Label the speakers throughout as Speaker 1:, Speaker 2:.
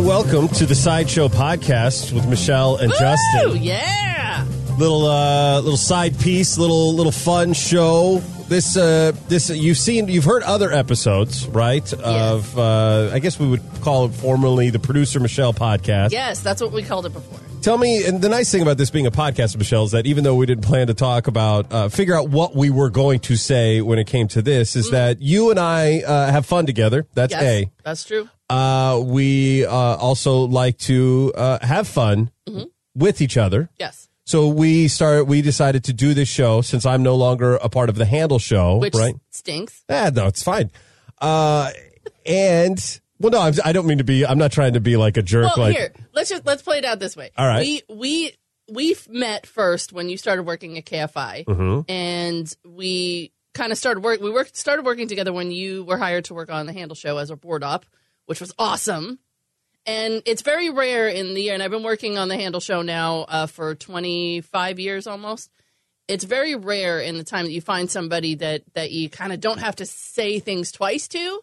Speaker 1: welcome to the Sideshow Podcast with Michelle and
Speaker 2: Woo,
Speaker 1: Justin.
Speaker 2: yeah.
Speaker 1: Little uh, little side piece, little little fun show. This uh, this you've seen, you've heard other episodes, right? Of uh, I guess we would call it formerly the Producer Michelle Podcast.
Speaker 2: Yes, that's what we called it before.
Speaker 1: Tell me, and the nice thing about this being a podcast, Michelle, is that even though we didn't plan to talk about, uh, figure out what we were going to say when it came to this, is that you and I uh, have fun together. That's
Speaker 2: Mm. Yes,
Speaker 1: A.
Speaker 2: that's true.
Speaker 1: Uh, we uh, also like to uh, have fun
Speaker 2: Mm-hmm.
Speaker 1: with each other.
Speaker 2: Yes,
Speaker 1: So we start. We decided to do this show since I'm no longer a part of the Handle Show,
Speaker 2: which
Speaker 1: right?
Speaker 2: stinks.
Speaker 1: Ah, no, it's fine. Uh, and well, no, I'm, I don't mean to be. I'm not trying to be like a jerk.
Speaker 2: Well,
Speaker 1: like
Speaker 2: here, let's just let's play it out this way.
Speaker 1: All right.
Speaker 2: we we we f- met first when you started working at KFI,
Speaker 1: Mhm.
Speaker 2: and we kind of started work. We worked started working together when you were hired to work on the Handle Show as a board op, which was awesome. And it's very rare in the year, and I've been working on the Handle Show now uh, for 25 years almost. It's very rare in the time that you find somebody that that you kind of don't have to say things twice to,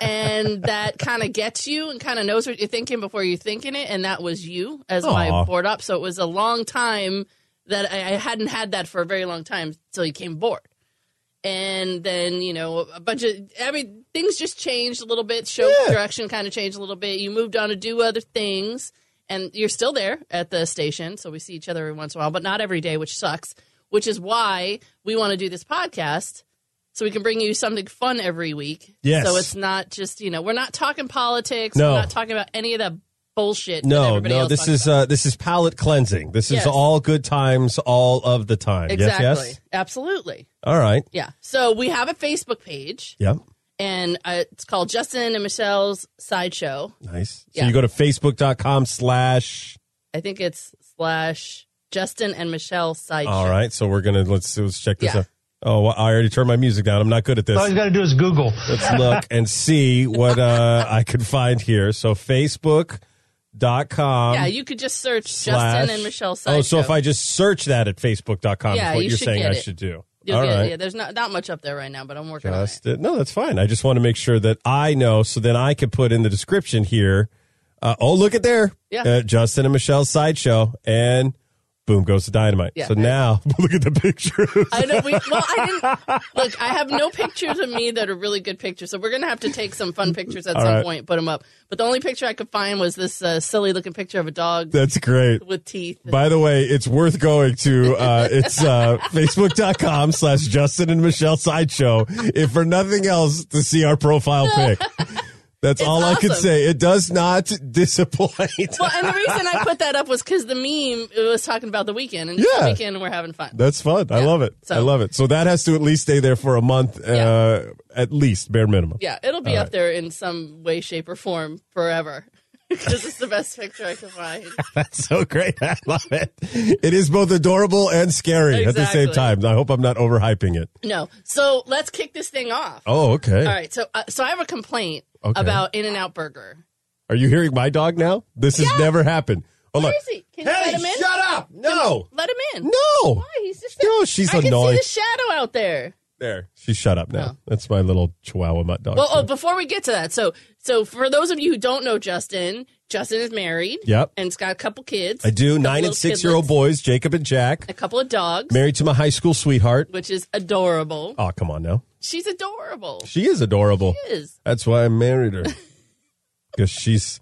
Speaker 2: and that kind of gets you and kind of knows what you're thinking before you're thinking it. And that was you as
Speaker 1: Aw.
Speaker 2: my board up. So it was a long time that I, I hadn't had that for a very long time until you came board. And then you know a bunch of I mean things just changed a little bit. Show
Speaker 1: Yeah.
Speaker 2: direction kind of changed a little bit. You moved on to do other things, and you're still there at the station. So we see each other every once in a while, but not every day, which sucks. Which is why we want to do this podcast so we can bring you something fun every week.
Speaker 1: Yes.
Speaker 2: So it's not just you know we're not talking politics.
Speaker 1: No.
Speaker 2: We're not talking about any of that bullshit. that
Speaker 1: No,
Speaker 2: everybody
Speaker 1: no,
Speaker 2: else
Speaker 1: this
Speaker 2: talks
Speaker 1: is
Speaker 2: about.
Speaker 1: uh, this is palate cleansing. This is
Speaker 2: Yes.
Speaker 1: all good times, all of the time.
Speaker 2: exactly
Speaker 1: Yes, yes.
Speaker 2: absolutely
Speaker 1: All right.
Speaker 2: yeah. So we have a Facebook page,
Speaker 1: Yep.
Speaker 2: and uh, it's called Justin and Michelle's Sideshow.
Speaker 1: Nice. So
Speaker 2: Yeah.
Speaker 1: you go to facebook.com slash.
Speaker 2: I think it's slash Justin and Michelle Sideshow.
Speaker 1: All right. So we're gonna let's let's check this
Speaker 2: Yeah.
Speaker 1: out. Oh, well, I already turned my music down. I'm not good at this.
Speaker 3: All you got to do is Google.
Speaker 1: Let's look and see what uh, I could find here. So facebook.com.
Speaker 2: Yeah, you could just search
Speaker 1: slash-
Speaker 2: Justin and Michelle Sideshow.
Speaker 1: Oh, so if I just search that at facebook.com
Speaker 2: Yeah,
Speaker 1: is what
Speaker 2: you
Speaker 1: are
Speaker 2: should
Speaker 1: saying
Speaker 2: get
Speaker 1: I
Speaker 2: it.
Speaker 1: should do.
Speaker 2: You'll
Speaker 1: All
Speaker 2: get it.
Speaker 1: right.
Speaker 2: yeah, there's not not much up there right now, but I'm working on it.
Speaker 1: Just, uh, no, that's fine. I just want to make sure that I know, so then I could put in the description here. Uh, oh, look at there,
Speaker 2: Yeah.
Speaker 1: uh, Justin and Michelle's sideshow, and boom goes the dynamite.
Speaker 2: Yeah.
Speaker 1: so now look at the pictures.
Speaker 2: I know. We, well, I didn't look. I have no pictures of me that are really good pictures, so we're gonna have to take some fun pictures at
Speaker 1: All
Speaker 2: some
Speaker 1: right.
Speaker 2: point, put them up. But the only picture I could find was this uh, silly looking picture of a dog
Speaker 1: that's great.
Speaker 2: with teeth.
Speaker 1: By the way, it's worth going to uh, it's uh, facebook.com slash Justin and Michelle Sideshow if for nothing else to see our profile pic. That's all I could
Speaker 2: awesome.
Speaker 1: say. It does not disappoint.
Speaker 2: Well, and the reason I put that up was because the meme it was talking about the weekend, and
Speaker 1: Yeah.
Speaker 2: the weekend we're having fun.
Speaker 1: That's fun. I
Speaker 2: Yeah.
Speaker 1: love it.
Speaker 2: So-
Speaker 1: I love it. So that has to at least stay there for a month, uh, at least, bare minimum.
Speaker 2: Yeah, it'll be
Speaker 1: All
Speaker 2: up
Speaker 1: right.
Speaker 2: there in some way, shape, or form forever. Because it's the best picture I can find.
Speaker 1: That's so great. I love it. It is both adorable and scary at the same
Speaker 2: Exactly.
Speaker 1: time. I hope I'm not overhyping it.
Speaker 2: No, so let's kick this thing off.
Speaker 1: Oh, okay.
Speaker 2: All right, so uh, so I have a complaint
Speaker 1: Okay.
Speaker 2: about In and Out Burger.
Speaker 1: Are you hearing my dog now? This has never happened. Oh,
Speaker 2: Where
Speaker 1: look.
Speaker 2: is he? Can you let him in?
Speaker 1: up. No.
Speaker 2: Let him in.
Speaker 1: No.
Speaker 2: Why? He's just
Speaker 1: No, she's
Speaker 2: I can
Speaker 1: annoying.
Speaker 2: see the shadow out there.
Speaker 1: There. She shut up now.
Speaker 2: Oh.
Speaker 1: That's my little chihuahua mutt dog.
Speaker 2: Well, oh, before we get to that, so so for those of you who don't know Justin, Justin is married.
Speaker 1: Yep.
Speaker 2: and he's got a couple kids.
Speaker 1: I do. Nine
Speaker 2: little
Speaker 1: and six year old
Speaker 2: kidlets.
Speaker 1: boys, Jacob and Jack,
Speaker 2: a couple of dogs,
Speaker 1: married to my high school sweetheart.
Speaker 2: which is adorable.
Speaker 1: Oh, come on now.
Speaker 2: She's adorable. She
Speaker 1: She is adorable.
Speaker 2: is.
Speaker 1: That's why I married her. Because she's.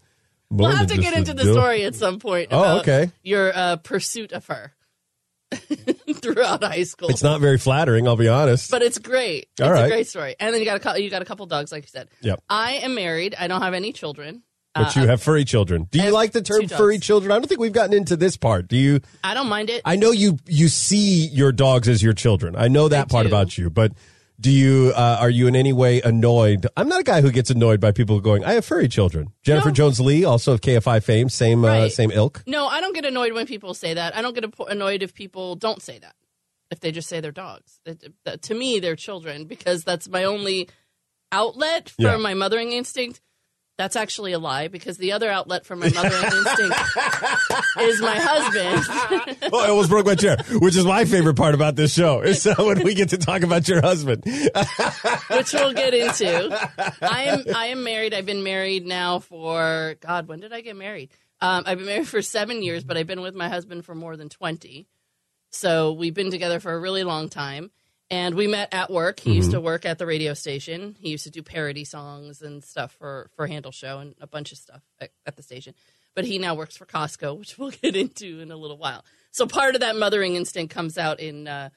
Speaker 1: more
Speaker 2: We'll have
Speaker 1: than
Speaker 2: to
Speaker 1: just
Speaker 2: get
Speaker 1: a
Speaker 2: into the
Speaker 1: dope.
Speaker 2: story at some point.
Speaker 1: Oh,
Speaker 2: about
Speaker 1: okay.
Speaker 2: Your uh, pursuit of her throughout high school,
Speaker 1: It's not very flattering, I'll be honest.
Speaker 2: but it's great.
Speaker 1: All
Speaker 2: it's
Speaker 1: right.
Speaker 2: a great story. And then you got a cou- you got a couple dogs, like you said.
Speaker 1: Yep.
Speaker 2: I am married. I don't have any children.
Speaker 1: but you have furry children. Do
Speaker 2: uh, I
Speaker 1: you
Speaker 2: have
Speaker 1: like the term
Speaker 2: two dogs.
Speaker 1: furry children? I don't think we've gotten into this part. Do you?
Speaker 2: I don't mind it.
Speaker 1: I know you you see your dogs as your children. I know that
Speaker 2: I
Speaker 1: part
Speaker 2: do.
Speaker 1: about you, but do you uh, are you in any way annoyed? I'm not a guy who gets annoyed by people going, "I have furry children." Jennifer
Speaker 2: No.
Speaker 1: Jones Lee, also of KFI fame, same uh,
Speaker 2: Right.
Speaker 1: same ilk.
Speaker 2: No, I don't get annoyed when people say that. I don't get apo- annoyed if people don't say that. If they just say they're dogs. That- that- to me, they're children because that's my only outlet for
Speaker 1: Yeah.
Speaker 2: my mothering instinct. That's actually a lie because the other outlet for my mother's instinct is my husband.
Speaker 1: Oh, I almost broke my chair, which is my favorite part about this show. Is uh, when we get to talk about your husband.
Speaker 2: which we'll get into. I am I am married. I've been married now for God. When did I get married? Um, I've been married for seven years, but I've been with my husband for more than twenty. So we've been together for a really long time, and we met at work. He used to work at the radio station. He used to do parody songs and stuff for for Handle Show and a bunch of stuff at, at the station. But he now works for Costco, which we'll get into in a little while. So part of that mothering instinct comes out in uh,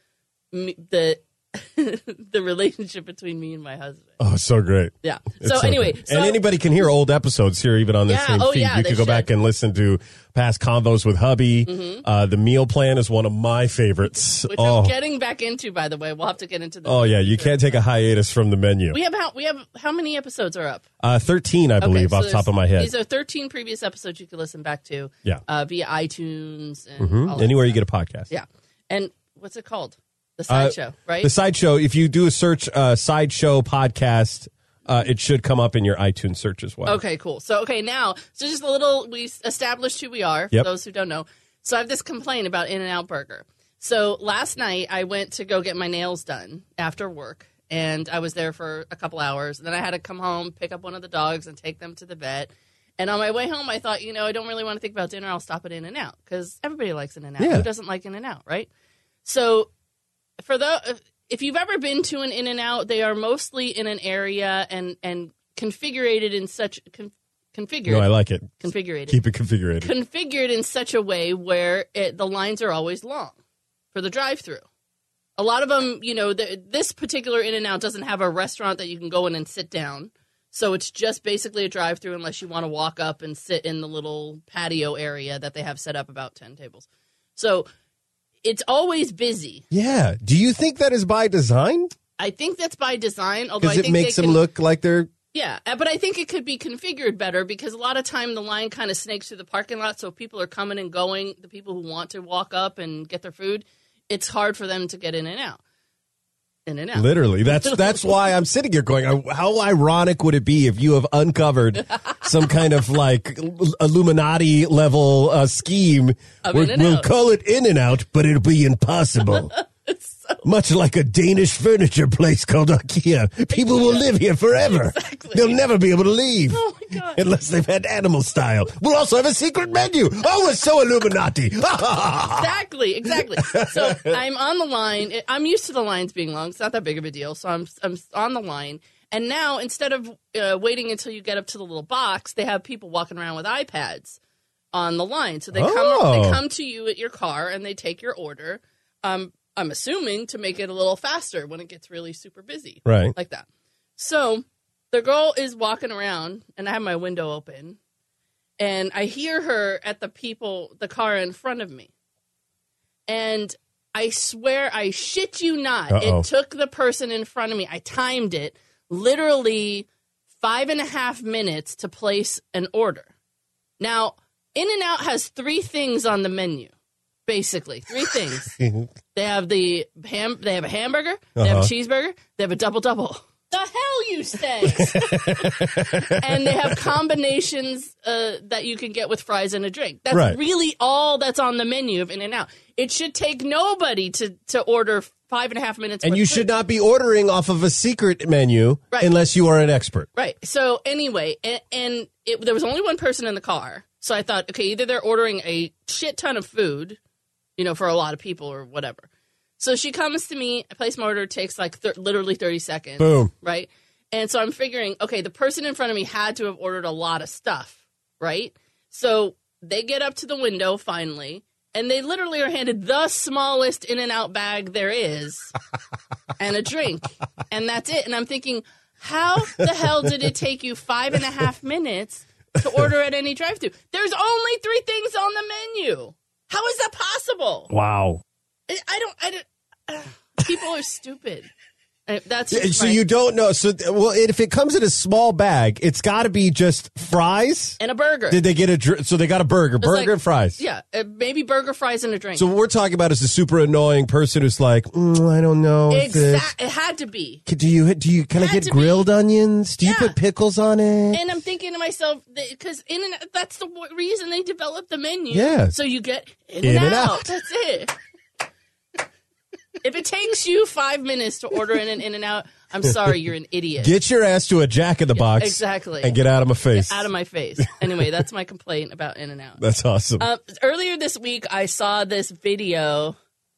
Speaker 2: me, the the relationship between me and my husband.
Speaker 1: Oh, so great.
Speaker 2: Yeah.
Speaker 1: It's
Speaker 2: so anyway,
Speaker 1: good.
Speaker 2: so
Speaker 1: and anybody can hear old episodes here, even on this
Speaker 2: Yeah,
Speaker 1: same
Speaker 2: oh,
Speaker 1: feed.
Speaker 2: yeah,
Speaker 1: you
Speaker 2: they
Speaker 1: could go
Speaker 2: should. Mm-hmm.
Speaker 1: back and listen to past convos with hubby. Uh, the meal plan is one of my favorites.
Speaker 2: which
Speaker 1: oh,
Speaker 2: I'm getting back into, by the way, we'll have to get into. The
Speaker 1: oh yeah, you can't take a hiatus from the menu.
Speaker 2: We have how we have how many episodes are up?
Speaker 1: Uh, Thirteen, I believe,
Speaker 2: so
Speaker 1: off the top of my head.
Speaker 2: These are 13 previous episodes you can listen back to.
Speaker 1: Yeah.
Speaker 2: Uh, via iTunes and
Speaker 1: Hmm?
Speaker 2: all that
Speaker 1: Anywhere you
Speaker 2: stuff.
Speaker 1: get a podcast.
Speaker 2: Yeah. And what's it called? The sideshow, right?
Speaker 1: The sideshow. If you do a search, uh, sideshow podcast, uh, it should come up in your iTunes search as well.
Speaker 2: Okay, cool. So, okay, now, so just a little, we established who we are for
Speaker 1: Yep.
Speaker 2: those who don't know. So, I have this complaint about In N Out Burger. So, last night I went to go get my nails done after work, and I was there for a couple hours. And then I had to come home, pick up one of the dogs, and take them to the vet. And on my way home, I thought, you know, I don't really want to think about dinner. I'll stop at In N Out because everybody likes In N Out.
Speaker 1: Yeah.
Speaker 2: Who doesn't like In N Out, right? So, for the if you've ever been to an in and out they are mostly in an area and and configured in such con, configured
Speaker 1: No, I like it.
Speaker 2: configured
Speaker 1: Keep it configured.
Speaker 2: configured in such a way where it, the lines are always long for the drive through a lot of them you know the, this particular in and out doesn't have a restaurant that you can go in and sit down so it's just basically a drive through unless you want to walk up and sit in the little patio area that they have set up about 10 tables so it's always busy
Speaker 1: Yeah. Do you think that is by design?
Speaker 2: I think that's by design. Although I
Speaker 1: Because
Speaker 2: think
Speaker 1: it makes
Speaker 2: they
Speaker 1: them
Speaker 2: can,
Speaker 1: look like they're
Speaker 2: yeah, uh, but I think it could be configured better because a lot of time the line kind of snakes through the parking lot, so people are coming and going. The people who want to walk up and get their food, it's hard for them to get in and out. In and out.
Speaker 1: Literally, that's that's why I'm sitting here going. "I- How ironic would it be if you have uncovered some kind of like Illuminati level uh, scheme?
Speaker 2: Of
Speaker 1: We're-
Speaker 2: In-N-Out.
Speaker 1: we'll call it In and Out, but it'll be impossible. Much like a Danish furniture place called IKEA, people will live here forever.
Speaker 2: Exactly.
Speaker 1: They'll never be able to leave.
Speaker 2: Oh my God.
Speaker 1: Unless they've had animal style. We'll also have a secret menu. Oh, we're so Illuminati.
Speaker 2: Exactly, exactly. So I'm on the line. I'm used to the lines being long. It's not that big of a deal. So I'm I'm on the line. And now instead of uh, waiting until you get up to the little box, they have people walking around with iPads on the line. So they come
Speaker 1: Oh.
Speaker 2: they come to you at your car and they take your order. Um, I'm assuming to make it a little faster when it gets really super busy
Speaker 1: right.
Speaker 2: like that. So the girl is walking around, and I have my window open, and I hear her at the people, the car in front of me. And I swear, I shit you not,
Speaker 1: Uh-oh.
Speaker 2: it took the person in front of me. I timed it literally five and a half minutes to place an order. Now, In N Out has three things on the menu, basically, three things. They have the ham. They have a hamburger. They have a
Speaker 1: Uh-huh.
Speaker 2: cheeseburger. They have a double double. The hell you say! and they have combinations uh, that you can get with fries and a drink. That's
Speaker 1: Right.
Speaker 2: really all that's on the menu of In and Out. It should take nobody to to order five and a half minutes.
Speaker 1: And
Speaker 2: worth
Speaker 1: you
Speaker 2: of
Speaker 1: should
Speaker 2: food.
Speaker 1: not be ordering off of a secret menu
Speaker 2: Right.
Speaker 1: unless you are an expert.
Speaker 2: Right. So anyway, and, and it, there was only one person in the car, so I thought, okay, either they're ordering a shit ton of food, you know, for a lot of people or whatever. So she comes to me. I place my order. It takes like thir- literally thirty seconds.
Speaker 1: Boom.
Speaker 2: Right. And so I'm figuring, okay, the person in front of me had to have ordered a lot of stuff, right? So they get up to the window finally, and they literally are handed the smallest in and out bag there is and a drink. And that's it. And I'm thinking, how the hell did it take you five and a half minutes to order at any drive through? There's only three things on the menu. How is that possible?
Speaker 1: Wow.
Speaker 2: I I don't. I don't. People are stupid. I- That's
Speaker 1: Yeah,
Speaker 2: just
Speaker 1: So
Speaker 2: my-
Speaker 1: you don't know. So well, if it comes in a small bag, it's got to be just fries.
Speaker 2: and a burger.
Speaker 1: Did they get a? dr- So they got a burger, burger
Speaker 2: like-
Speaker 1: and fries.
Speaker 2: yeah, uh, maybe burger, fries, and a drink.
Speaker 1: So what we're talking about is the super annoying person who's like, "Mm, I don't know. if this-
Speaker 2: Exact. It had to be.
Speaker 1: Do you do you can I
Speaker 2: Had
Speaker 1: get
Speaker 2: to be.
Speaker 1: grilled onions? Do you
Speaker 2: Yeah.
Speaker 1: put pickles on it?
Speaker 2: And I'm thinking to myself, because in and that's the w- reason they developed the menu.
Speaker 1: Yeah.
Speaker 2: So you get in,
Speaker 1: In
Speaker 2: and,
Speaker 1: and
Speaker 2: out.
Speaker 1: out.
Speaker 2: That's it. if it takes you five minutes to order in and in and out, I'm sorry, you're an idiot.
Speaker 1: Get your ass to a Jack in the Box,
Speaker 2: exactly.
Speaker 1: and get out of my face.
Speaker 2: out of my face. Anyway, that's my complaint about in and out.
Speaker 1: That's awesome.
Speaker 2: Um, earlier this week, I saw this video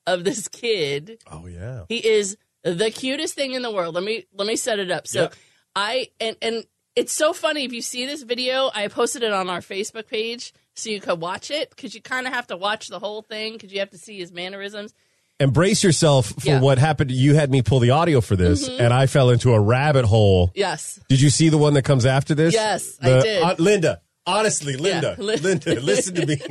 Speaker 2: of this kid
Speaker 1: oh yeah.
Speaker 2: He is the cutest thing in the world. Let me let me set it up. So
Speaker 1: Yeah.
Speaker 2: I and and it's so funny if you see this video. I posted it on our Facebook page so you could watch it because you kind of have to watch the whole thing because you have to see his mannerisms.
Speaker 1: Embrace yourself for
Speaker 2: Yeah. Mm-hmm.
Speaker 1: what happened. You had me pull the audio for this, and I fell into a rabbit hole.
Speaker 2: Yes,
Speaker 1: Did you see the one that comes after this?
Speaker 2: Yes, I
Speaker 1: The-
Speaker 2: did.
Speaker 1: uh, Linda, honestly, Linda,
Speaker 2: Lin-
Speaker 1: Linda, listen to me.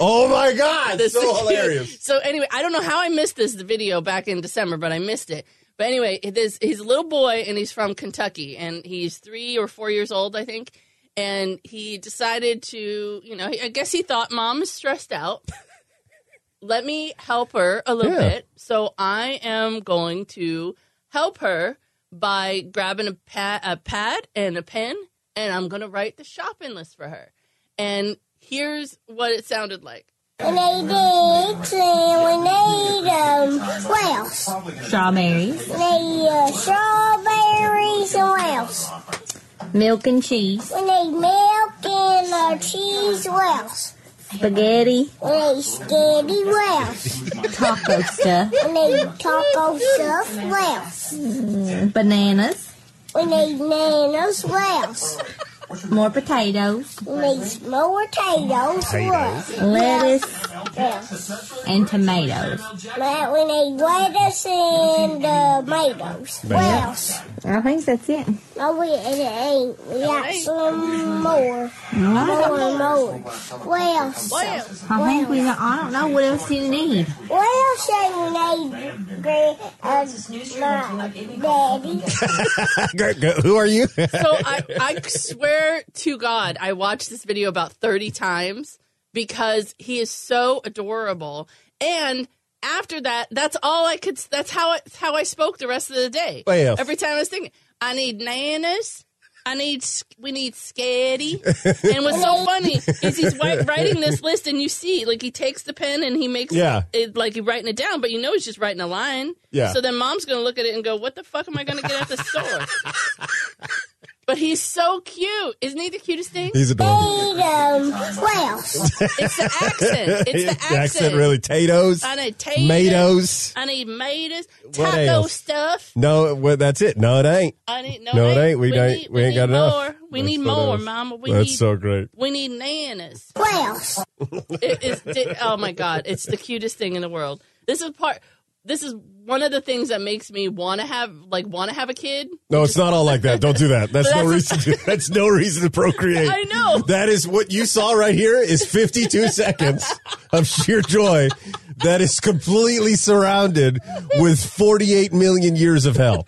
Speaker 1: Oh my God,
Speaker 2: This
Speaker 1: so
Speaker 2: is cute.
Speaker 1: hilarious.
Speaker 2: So anyway, I don't know how I missed this video back in December, but I missed it. But anyway, this he's a little boy and he's from Kentucky and he's three or four years old, I think. And he decided to, you know, I guess he thought mom is stressed out. Let me help her a little
Speaker 1: Yeah.
Speaker 2: bit. So I am going to help her by grabbing a pad, a pad and a pen, and I'm going to write the shopping list for her. And here's what it sounded like.
Speaker 3: Lady lemonade, um, what else?
Speaker 4: strawberries,
Speaker 3: We need uh, strawberries and what else?
Speaker 4: milk and cheese,
Speaker 3: We need milk and uh, cheese, what else?
Speaker 4: spaghetti,
Speaker 3: We need spaghetti, what else?
Speaker 4: taco stuff,
Speaker 3: We need taco stuff, what else?
Speaker 4: bananas,
Speaker 3: We need nanas, what else?
Speaker 4: more potatoes,
Speaker 3: We need more potatoes, what else?
Speaker 4: lettuce,
Speaker 3: What else?
Speaker 4: and tomatoes.
Speaker 3: Now We need lettuce and uh, tomatoes, what else?
Speaker 4: I think that's it.
Speaker 3: Oh, we, it ain't. We got some more.
Speaker 4: Well,
Speaker 3: More and more. What else?
Speaker 2: What else?
Speaker 4: I think we. Got, I don't know what else you need.
Speaker 3: What else ain't made great as my daddy?
Speaker 1: Who are you?
Speaker 2: So I, I swear to God, I watched this video about 30 times because he is so adorable. And after that, that's all I could, that's how I, how I spoke the rest of the day.
Speaker 1: What else?
Speaker 2: Every time I was thinking, I need nanas. I need, s- we need scatty. and what's so funny is he's wi- writing this list and you see, like he takes the pen and he makes
Speaker 1: Yeah.
Speaker 2: it, like he's writing it down, but you know he's just writing a line.
Speaker 1: Yeah.
Speaker 2: So then mom's going to look at it and go, what the fuck am I going to get at the store? But he's so cute. Isn't he the cutest thing?
Speaker 1: He's adorable.
Speaker 2: Oh,
Speaker 3: Need, um, what else?
Speaker 2: It's the accent. It's the accent.
Speaker 1: really. Tatoes,
Speaker 2: I need taters.
Speaker 1: tomatoes.
Speaker 2: I need maters.
Speaker 1: What
Speaker 2: Taco
Speaker 1: else?
Speaker 2: stuff.
Speaker 1: No, well, that's it. No, it ain't.
Speaker 2: I need no.
Speaker 1: No, it ain't. We
Speaker 2: we
Speaker 1: don't-
Speaker 2: Need,
Speaker 1: we ain't got
Speaker 2: need
Speaker 1: enough.
Speaker 2: More. We
Speaker 1: That's
Speaker 2: need
Speaker 1: what
Speaker 2: more,
Speaker 1: else.
Speaker 2: Mama. We
Speaker 1: that's
Speaker 2: need.
Speaker 1: so great.
Speaker 2: we need nanas.
Speaker 3: What else?
Speaker 2: It is. di- oh my god! It's the cutest thing in the world. This is part. This is one of the things that makes me want to have like want to have a kid.
Speaker 1: No, it's not all like that. Don't do that. That's no reason. To, that's no reason to procreate.
Speaker 2: I know.
Speaker 1: That is what you saw right here is 52 seconds of sheer joy that is completely surrounded with 48 million years of hell.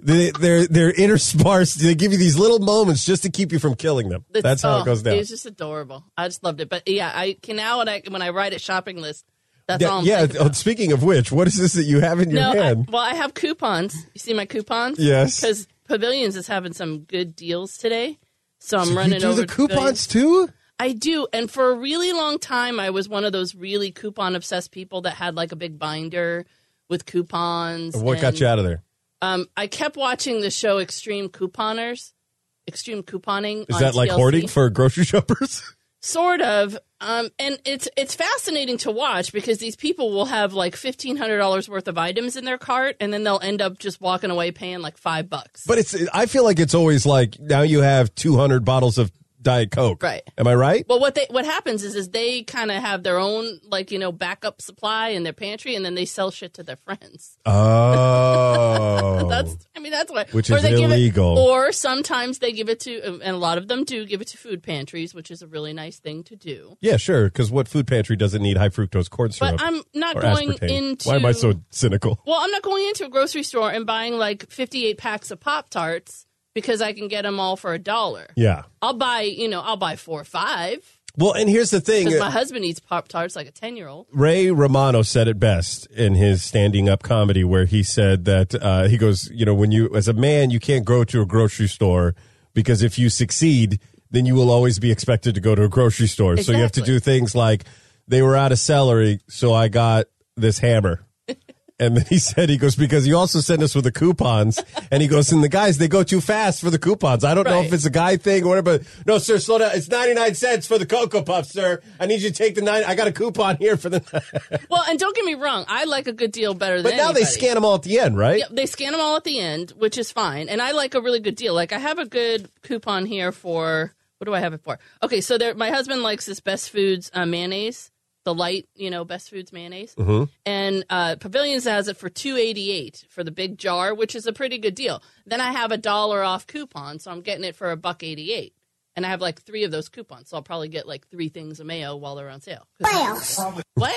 Speaker 1: They, they're they're interspersed. They give you these little moments just to keep you from killing them.
Speaker 2: It's-
Speaker 1: That's how
Speaker 2: oh,
Speaker 1: it goes down.
Speaker 2: It's just adorable. I just loved it. But yeah, I can now when I when I write a shopping list. That's all.
Speaker 1: Yeah. yeah,
Speaker 2: I'm thinking about.
Speaker 1: Speaking of which, what is this that you have in your
Speaker 2: No, I,
Speaker 1: hand?
Speaker 2: well, I have coupons. You see my coupons?
Speaker 1: Yes.
Speaker 2: Because Pavilions is having some good deals today, so I'm
Speaker 1: you
Speaker 2: running
Speaker 1: do
Speaker 2: over
Speaker 1: the
Speaker 2: to
Speaker 1: coupons
Speaker 2: Pavilions.
Speaker 1: too.
Speaker 2: I do, and for a really long time, I was one of those really coupon obsessed people that had like a big binder with coupons.
Speaker 1: What got
Speaker 2: and,
Speaker 1: you out of there?
Speaker 2: Um, I kept watching the show Extreme Couponers. Extreme couponing
Speaker 1: Is
Speaker 2: on
Speaker 1: that like
Speaker 2: TLC.
Speaker 1: hoarding for grocery shoppers?
Speaker 2: sort of um, and it's it's fascinating to watch because these people will have like $1500 worth of items in their cart and then they'll end up just walking away paying like five bucks
Speaker 1: But it's I feel like it's always like now you have 200 bottles of Diet Coke.
Speaker 2: Right.
Speaker 1: Am I right?
Speaker 2: Well, what they what happens is is they kind of have their own like you know backup supply in their pantry, and then they sell shit to their friends.
Speaker 1: Oh.
Speaker 2: That's I mean that's what
Speaker 1: Which
Speaker 2: or
Speaker 1: is
Speaker 2: they give it-
Speaker 1: illegal.
Speaker 2: or sometimes they give it to, and a lot of them do give it to food pantries, which is a really nice thing to do.
Speaker 1: yeah, sure. Because what food pantry doesn't need high fructose corn syrup?
Speaker 2: But I'm not
Speaker 1: or
Speaker 2: going
Speaker 1: aspartame?
Speaker 2: into
Speaker 1: Why am I so cynical?
Speaker 2: Well, I'm not going into a grocery store and buying like 58 packs of Pop Tarts because I can get them all for a dollar.
Speaker 1: Yeah.
Speaker 2: I'll buy, you know, I'll buy four or five
Speaker 1: Well, and here's the thing.
Speaker 2: because my husband eats Pop Tarts like a 10 year old.
Speaker 1: Ray Romano said it best in his standing up comedy, where he said that uh, he goes, you know, when you as a man, you can't go to a grocery store because if you succeed, then you will always be expected to go to a grocery store. So you have to
Speaker 2: Exactly.
Speaker 1: do things like they were out of celery, so I got this hammer. And then he said, he goes, because you also send us with the coupons. And he goes, and the guys, they go too fast for the coupons. I don't know if
Speaker 2: Right.
Speaker 1: it's a guy thing or whatever. But no, sir, slow down. It's 99 cents for the Cocoa Puffs, sir. I need you to take the nine. I got a coupon here for the.
Speaker 2: Well, and don't get me wrong, I like a good deal better
Speaker 1: But
Speaker 2: than
Speaker 1: now they
Speaker 2: anybody.
Speaker 1: scan them all at the end, right?
Speaker 2: Yep, they scan them all at the end, which is fine. And I like a really good deal. Like I have a good coupon here for what do I have it for? Okay, so there, my husband likes this Best Foods uh, mayonnaise, the light, you know, Best Foods mayonnaise, and uh, Pavilions has it for two eighty eight for the big jar, which is a pretty good deal. Then I have a dollar off coupon, so I'm getting it for a buck eighty eight. And I have like three of those coupons, so I'll probably get like three things of mayo while they're on sale. 'Cause
Speaker 3: Wales.
Speaker 2: Wow.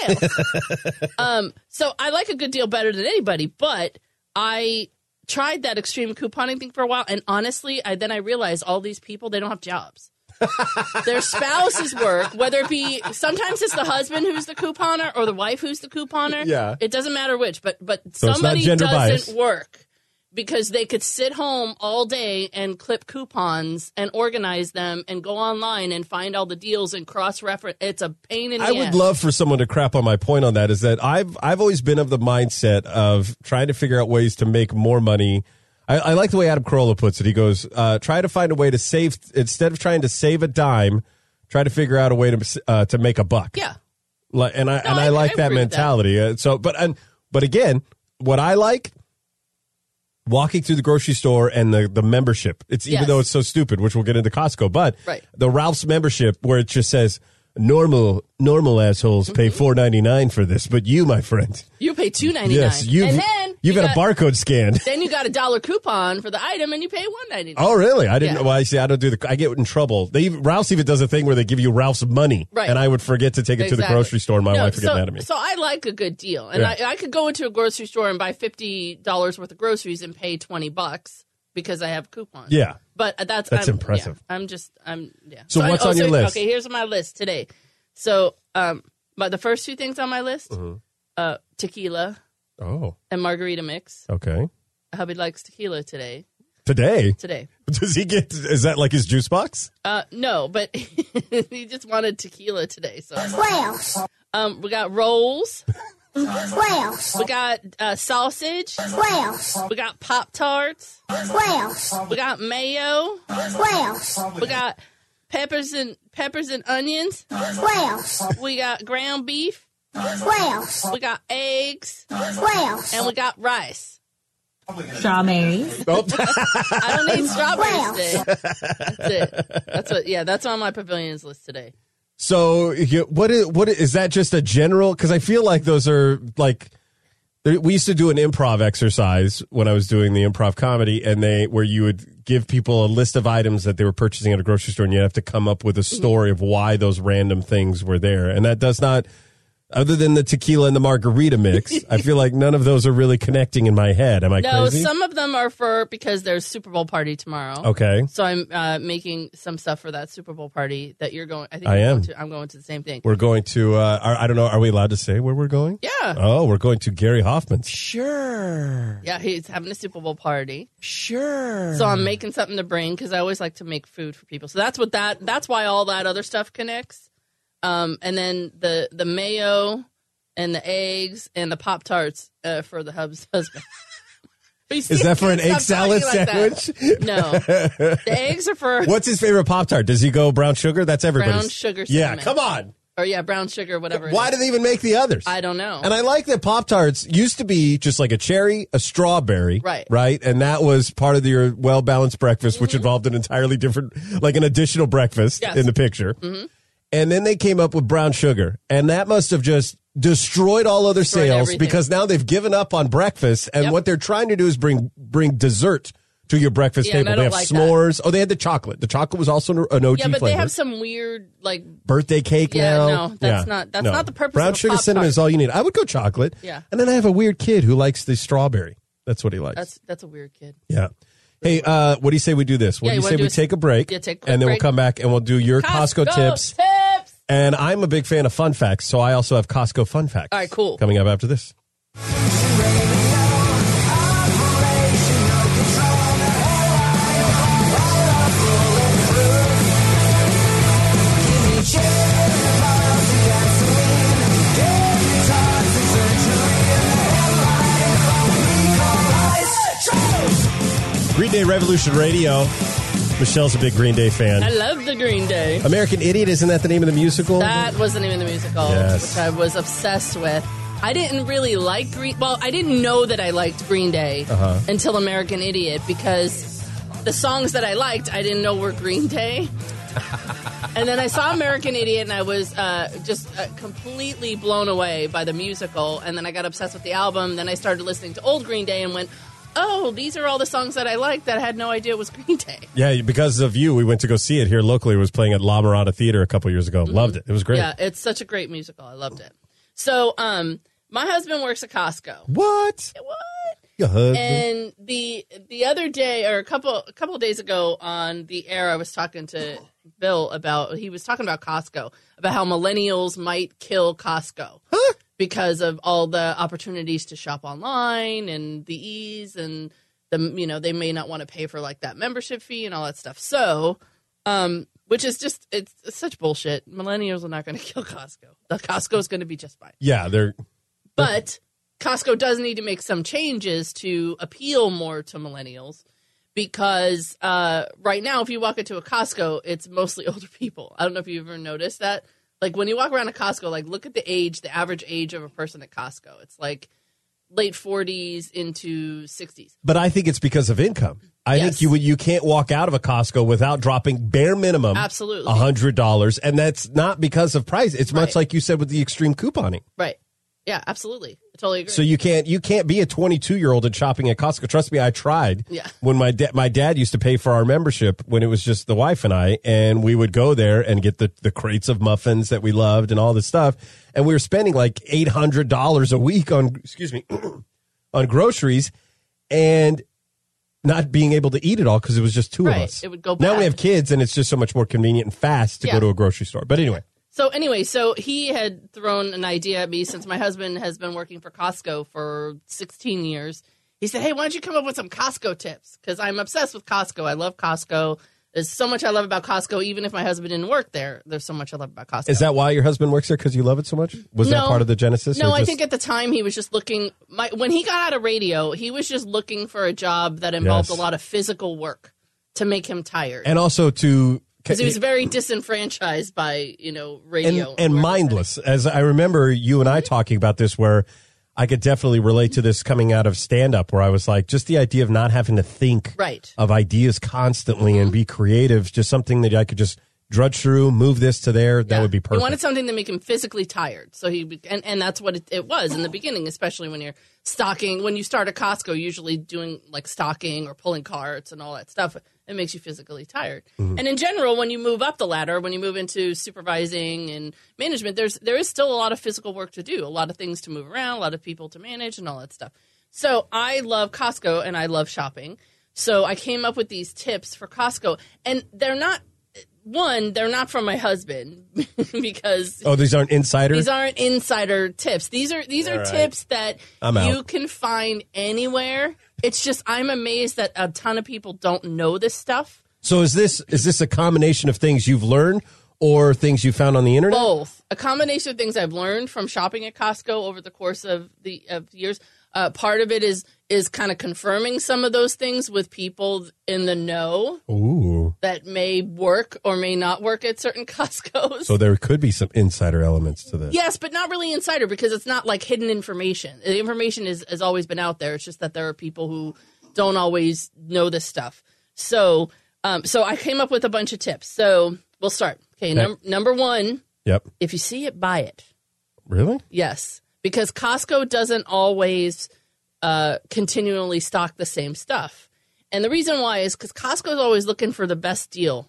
Speaker 2: um, so I like a good deal better than anybody, but I tried that extreme couponing thing for a while, and honestly, I then I realized all these people they don't have jobs. Their spouses work, whether it be sometimes it's the husband who's the couponer or the wife who's the couponer.
Speaker 1: Yeah.
Speaker 2: it doesn't matter which, but but
Speaker 1: So it's not
Speaker 2: somebody
Speaker 1: gender
Speaker 2: doesn't
Speaker 1: bias.
Speaker 2: work because they could sit home all day and clip coupons and organize them and go online and find all the deals and cross reference. It's a pain in the
Speaker 1: I would
Speaker 2: ass.
Speaker 1: love for someone to crap on my point on that. Is that I've I've always been of the mindset of trying to figure out ways to make more money. I, I like the way Adam Carolla puts it. He goes, uh, "Try to find a way to save instead of trying to save a dime. Try to figure out a way to uh, to make a buck."
Speaker 2: Yeah.
Speaker 1: Like, and I and I,
Speaker 2: I-
Speaker 1: like
Speaker 2: I
Speaker 1: that
Speaker 2: agree with that.
Speaker 1: mentality. Uh, so, but and but again, what I like walking through the grocery store and the the membership. It's even
Speaker 2: Yes.
Speaker 1: though it's so stupid, which we'll get into Costco, but
Speaker 2: Right.
Speaker 1: the Ralph's membership where it just says normal normal assholes pay
Speaker 2: Mm-hmm.
Speaker 1: four ninety nine for this, but you, my friend,
Speaker 2: You pay two ninety nine.
Speaker 1: yes, you've
Speaker 2: and then
Speaker 1: you've
Speaker 2: you
Speaker 1: got, a barcode scanned.
Speaker 2: Then you got a dollar coupon for the item, and you pay one ninety nine.
Speaker 1: Oh really? I didn't.
Speaker 2: Yeah.
Speaker 1: Well, I see. I don't do the. I get in trouble. They even, Ralph's even does a thing where they give you Ralph's money,
Speaker 2: Right.
Speaker 1: and I would forget to take it to the
Speaker 2: Exactly.
Speaker 1: grocery store, and my
Speaker 2: No,
Speaker 1: wife would
Speaker 2: so,
Speaker 1: get mad at me.
Speaker 2: So I like a good deal, and
Speaker 1: Yeah.
Speaker 2: I, I could go into a grocery store and buy fifty dollars worth of groceries and pay twenty bucks because I have coupons.
Speaker 1: Yeah.
Speaker 2: but that's
Speaker 1: That's
Speaker 2: I'm,
Speaker 1: impressive.
Speaker 2: yeah, I'm just I'm yeah.
Speaker 1: So
Speaker 2: I-
Speaker 1: what's
Speaker 2: oh,
Speaker 1: on your list?
Speaker 2: Okay, here's my list today. So um, but the first two things on my list,
Speaker 1: Mm-hmm.
Speaker 2: uh, tequila
Speaker 1: oh,
Speaker 2: and margarita mix.
Speaker 1: okay.
Speaker 2: Hubby likes tequila today.
Speaker 1: Today,
Speaker 2: Today.
Speaker 1: Does he get? Is that like his juice box?
Speaker 2: Uh, no, but he just wanted tequila today. So
Speaker 3: Wales.
Speaker 2: um, we got rolls,
Speaker 3: Wales.
Speaker 2: we got uh, sausage,
Speaker 3: Wales.
Speaker 2: we got pop tarts,
Speaker 3: Wales.
Speaker 2: we got mayo,
Speaker 3: Wales.
Speaker 2: we got peppers and peppers and onions,
Speaker 3: Wales.
Speaker 2: we got ground beef,
Speaker 3: Wales.
Speaker 2: we got eggs,
Speaker 3: Wales.
Speaker 2: and we got rice.
Speaker 4: Strawberries.
Speaker 1: Nope.
Speaker 2: I don't need
Speaker 3: Wow.
Speaker 2: strawberries today. That's it. That's what. Yeah, that's on my pavilions list today.
Speaker 1: so you, what is what is, is that? Just a general? Because I feel like those are like there- we used to do an improv exercise when I was doing the improv comedy, and they where you would give people a list of items that they were purchasing at a grocery store, and you have to come up with
Speaker 2: Mm-hmm.
Speaker 1: a story of why those random things were there, and that does not. Other than the tequila and the margarita mix, I feel like none of those are really connecting in my head. Am I
Speaker 2: No,
Speaker 1: crazy?
Speaker 2: some of them are for because there's Super Bowl party tomorrow.
Speaker 1: okay,
Speaker 2: So I'm uh, making some stuff for that Super Bowl party that you're going. I think
Speaker 1: I
Speaker 2: you're
Speaker 1: am.
Speaker 2: going to- I'm going to the same thing.
Speaker 1: we're going to. Uh, are, I don't know. Are we allowed to say where we're going?
Speaker 2: Yeah,
Speaker 1: Oh, we're going to Gary Hoffman's.
Speaker 5: Sure.
Speaker 2: yeah. He's having a Super Bowl party,
Speaker 5: Sure.
Speaker 2: so I'm making something to bring because I always like to make food for people. So that's what that. That's why all that other stuff connects. Um, and then the the mayo and the eggs and the pop tarts uh, for the hub's husband.
Speaker 1: Is that for an egg salad sandwich?
Speaker 2: No, the eggs are for
Speaker 1: What's his favorite Pop Tart? Does he go brown sugar? That's everybody's.
Speaker 2: brown sugar.
Speaker 1: yeah,
Speaker 2: cinnamon.
Speaker 1: come on.
Speaker 2: or yeah, brown sugar, whatever. it
Speaker 1: Why
Speaker 2: is.
Speaker 1: do they even make the others?
Speaker 2: I don't know.
Speaker 1: And I like that Pop Tarts used to be just like a cherry, a strawberry,
Speaker 2: Right. Mm-hmm.
Speaker 1: Right, and that was part of your well balanced breakfast, which involved an entirely different, like an additional breakfast
Speaker 2: Yes. Mm-hmm.
Speaker 1: in the picture. And then they came up with brown sugar, and that must have just destroyed all other
Speaker 2: Destroyed
Speaker 1: sales
Speaker 2: everything.
Speaker 1: because now they've given up on breakfast, and
Speaker 2: Yep.
Speaker 1: what they're trying to do is bring bring dessert. To your breakfast
Speaker 2: Yeah, and
Speaker 1: table,
Speaker 2: I
Speaker 1: they have
Speaker 2: don't like that.
Speaker 1: s'mores. Oh, they had the chocolate. The chocolate was also an- an OG
Speaker 2: yeah, but
Speaker 1: flavor
Speaker 2: they have some weird like
Speaker 1: birthday cake
Speaker 2: Yeah,
Speaker 1: now.
Speaker 2: no, that's not- that's not the purpose
Speaker 1: Brown
Speaker 2: of a
Speaker 1: sugar
Speaker 2: Pop-Tart.
Speaker 1: cinnamon is all you need. I would go chocolate.
Speaker 2: Yeah.
Speaker 1: and then I have a weird kid who likes the strawberry. That's what he likes.
Speaker 2: that's that's a weird kid.
Speaker 1: yeah. Hey, uh, what do you say we do this? What
Speaker 2: Yeah,
Speaker 1: do
Speaker 2: you
Speaker 1: you
Speaker 2: wanna
Speaker 1: say
Speaker 2: do
Speaker 1: we
Speaker 2: a-
Speaker 1: take a break?
Speaker 2: Yeah, take a quick
Speaker 1: and then
Speaker 2: break.
Speaker 1: we'll come back and we'll do your Costco, tips.
Speaker 2: tips.
Speaker 1: And I'm a big fan of fun facts, so I also have Costco fun facts.
Speaker 2: All right, cool.
Speaker 1: Coming up after this. Green Day Revolution Radio. Michelle's a big Green Day fan.
Speaker 2: I love the Green Day.
Speaker 1: American Idiot, isn't that the name of the musical?
Speaker 2: That was the name of the musical,
Speaker 1: Yes.
Speaker 2: which I was obsessed with. I didn't really like Green. Well, I didn't know that I liked Green Day until American Idiot because the songs that I liked I didn't know were Green Day. and then I saw American Idiot and I was uh, just uh, completely blown away by the musical. And then I got obsessed with the album. Then I started listening to old Green Day and went, "Oh, these are all the songs that I liked that I had no idea was Green Day."
Speaker 1: Yeah, because of you, we went to go see it here locally. It was playing at La Mirada Theater a couple years ago. Loved it. It was great.
Speaker 2: Mm-hmm. Yeah, it's such a great musical. I loved it. So, um, my husband works at Costco.
Speaker 1: What?
Speaker 2: What?
Speaker 1: Your husband?
Speaker 2: And the the other day, or a couple a couple of days ago, on the air, I was talking to Bill about he was talking about Costco about how millennials might kill Costco because of all the opportunities to shop online and the ease and the you know they may not want to pay for like that membership fee and all that stuff. So, um, which is just it's, it's such bullshit. Millennials are not going to kill Costco. The Costco is going to be just fine.
Speaker 1: yeah, they're
Speaker 2: But Costco does need to make some changes to appeal more to millennials because uh, right now, if you walk into a Costco, it's mostly older people. I don't know if you've ever noticed that. Like when you walk around a Costco, like look at the age, the average age of a person at Costco. It's like late 40s into 60s.
Speaker 1: but I think it's because of income. I
Speaker 2: Yes.
Speaker 1: think you would you can't walk out of a Costco without dropping bare minimum
Speaker 2: Absolutely.
Speaker 1: a hundred dollars, and that's not because of price. It's
Speaker 2: Right.
Speaker 1: much like you said with the extreme couponing.
Speaker 2: Right. Yeah, absolutely. I totally agree.
Speaker 1: So you can't you can't be a 22 year old and shopping at Costco. Trust me, I tried.
Speaker 2: Yeah.
Speaker 1: When my dad my dad used to pay for our membership when it was just the wife and I, and we would go there and get the the crates of muffins that we loved and all this stuff, and we were spending like eight hundred dollars a week on excuse me on groceries, and not being able to eat it all because it was just two
Speaker 2: Right.
Speaker 1: of us.
Speaker 2: It would go
Speaker 1: now
Speaker 2: bad.
Speaker 1: we have kids, and it's just so much more convenient and fast to
Speaker 2: Yeah.
Speaker 1: go to a grocery store. But anyway,
Speaker 2: So anyway, so he had thrown an idea at me since my husband has been working for Costco for 16 years. He said, "Hey, why don't you come up with some Costco tips? Because I'm obsessed with Costco. I love Costco. There's so much I love about Costco. Even if my husband didn't work there, there's so much I love about Costco.
Speaker 1: is that why your husband works there because you love it so much? Was that
Speaker 2: No.
Speaker 1: part of the genesis?
Speaker 2: No,
Speaker 1: or
Speaker 2: I
Speaker 1: just-
Speaker 2: think at the time he was just looking. My, when he got out of radio, he was just looking for a job that involved
Speaker 1: Yes.
Speaker 2: a lot of physical work to make him tired.
Speaker 1: and also to
Speaker 2: because he was very disenfranchised by you know
Speaker 1: and,
Speaker 2: radio
Speaker 1: and
Speaker 2: work.
Speaker 1: mindless. As I remember you and I talking about this, where I could definitely relate to this coming out of stand up, where I was like, just the idea of not having to think
Speaker 2: Right. Mm-hmm.
Speaker 1: of ideas constantly and be creative, just something that I could just drudge through, move this to there. That
Speaker 2: Yeah.
Speaker 1: would be perfect.
Speaker 2: He wanted something to make him physically tired. So he and, and that's what it, it was in the beginning, especially when you're stocking. When you start at Costco, usually doing like stocking or pulling carts and all that stuff, it makes you physically tired.
Speaker 1: Mm-hmm.
Speaker 2: And in general, when you move up the ladder, when you move into supervising and management, there's there is still a lot of physical work to do, a lot of things to move around, a lot of people to manage, and all that stuff. So I love Costco and I love shopping. So I came up with these tips for Costco, and they're not one, they're not from my husband because
Speaker 1: oh, these aren't insiders?
Speaker 2: these aren't insider tips. These are these are
Speaker 1: All right.
Speaker 2: tips that
Speaker 1: I'm out.
Speaker 2: you can find anywhere. It's just I'm amazed that a ton of people don't know this stuff.
Speaker 1: so is this is this a combination of things you've learned or things you found on the internet?
Speaker 2: Both a combination of things I've learned from shopping at Costco over the course of the of years. Uh, part of it is is kind of confirming some of those things with people in the know.
Speaker 1: Ooh.
Speaker 2: that may work or may not work at certain Costco's.
Speaker 1: So there could be some insider elements to this.
Speaker 2: yes, but not really insider because it's not like hidden information. The information is has always been out there. It's just that there are people who don't always know this stuff. So, um, so I came up with a bunch of tips. So we'll start. Okay, num- number one:
Speaker 1: Yep.
Speaker 2: if you see it, buy it.
Speaker 1: Really?
Speaker 2: Yes, because Costco doesn't always uh, continually stock the same stuff, and the reason why is because Costco is always looking for the best deal.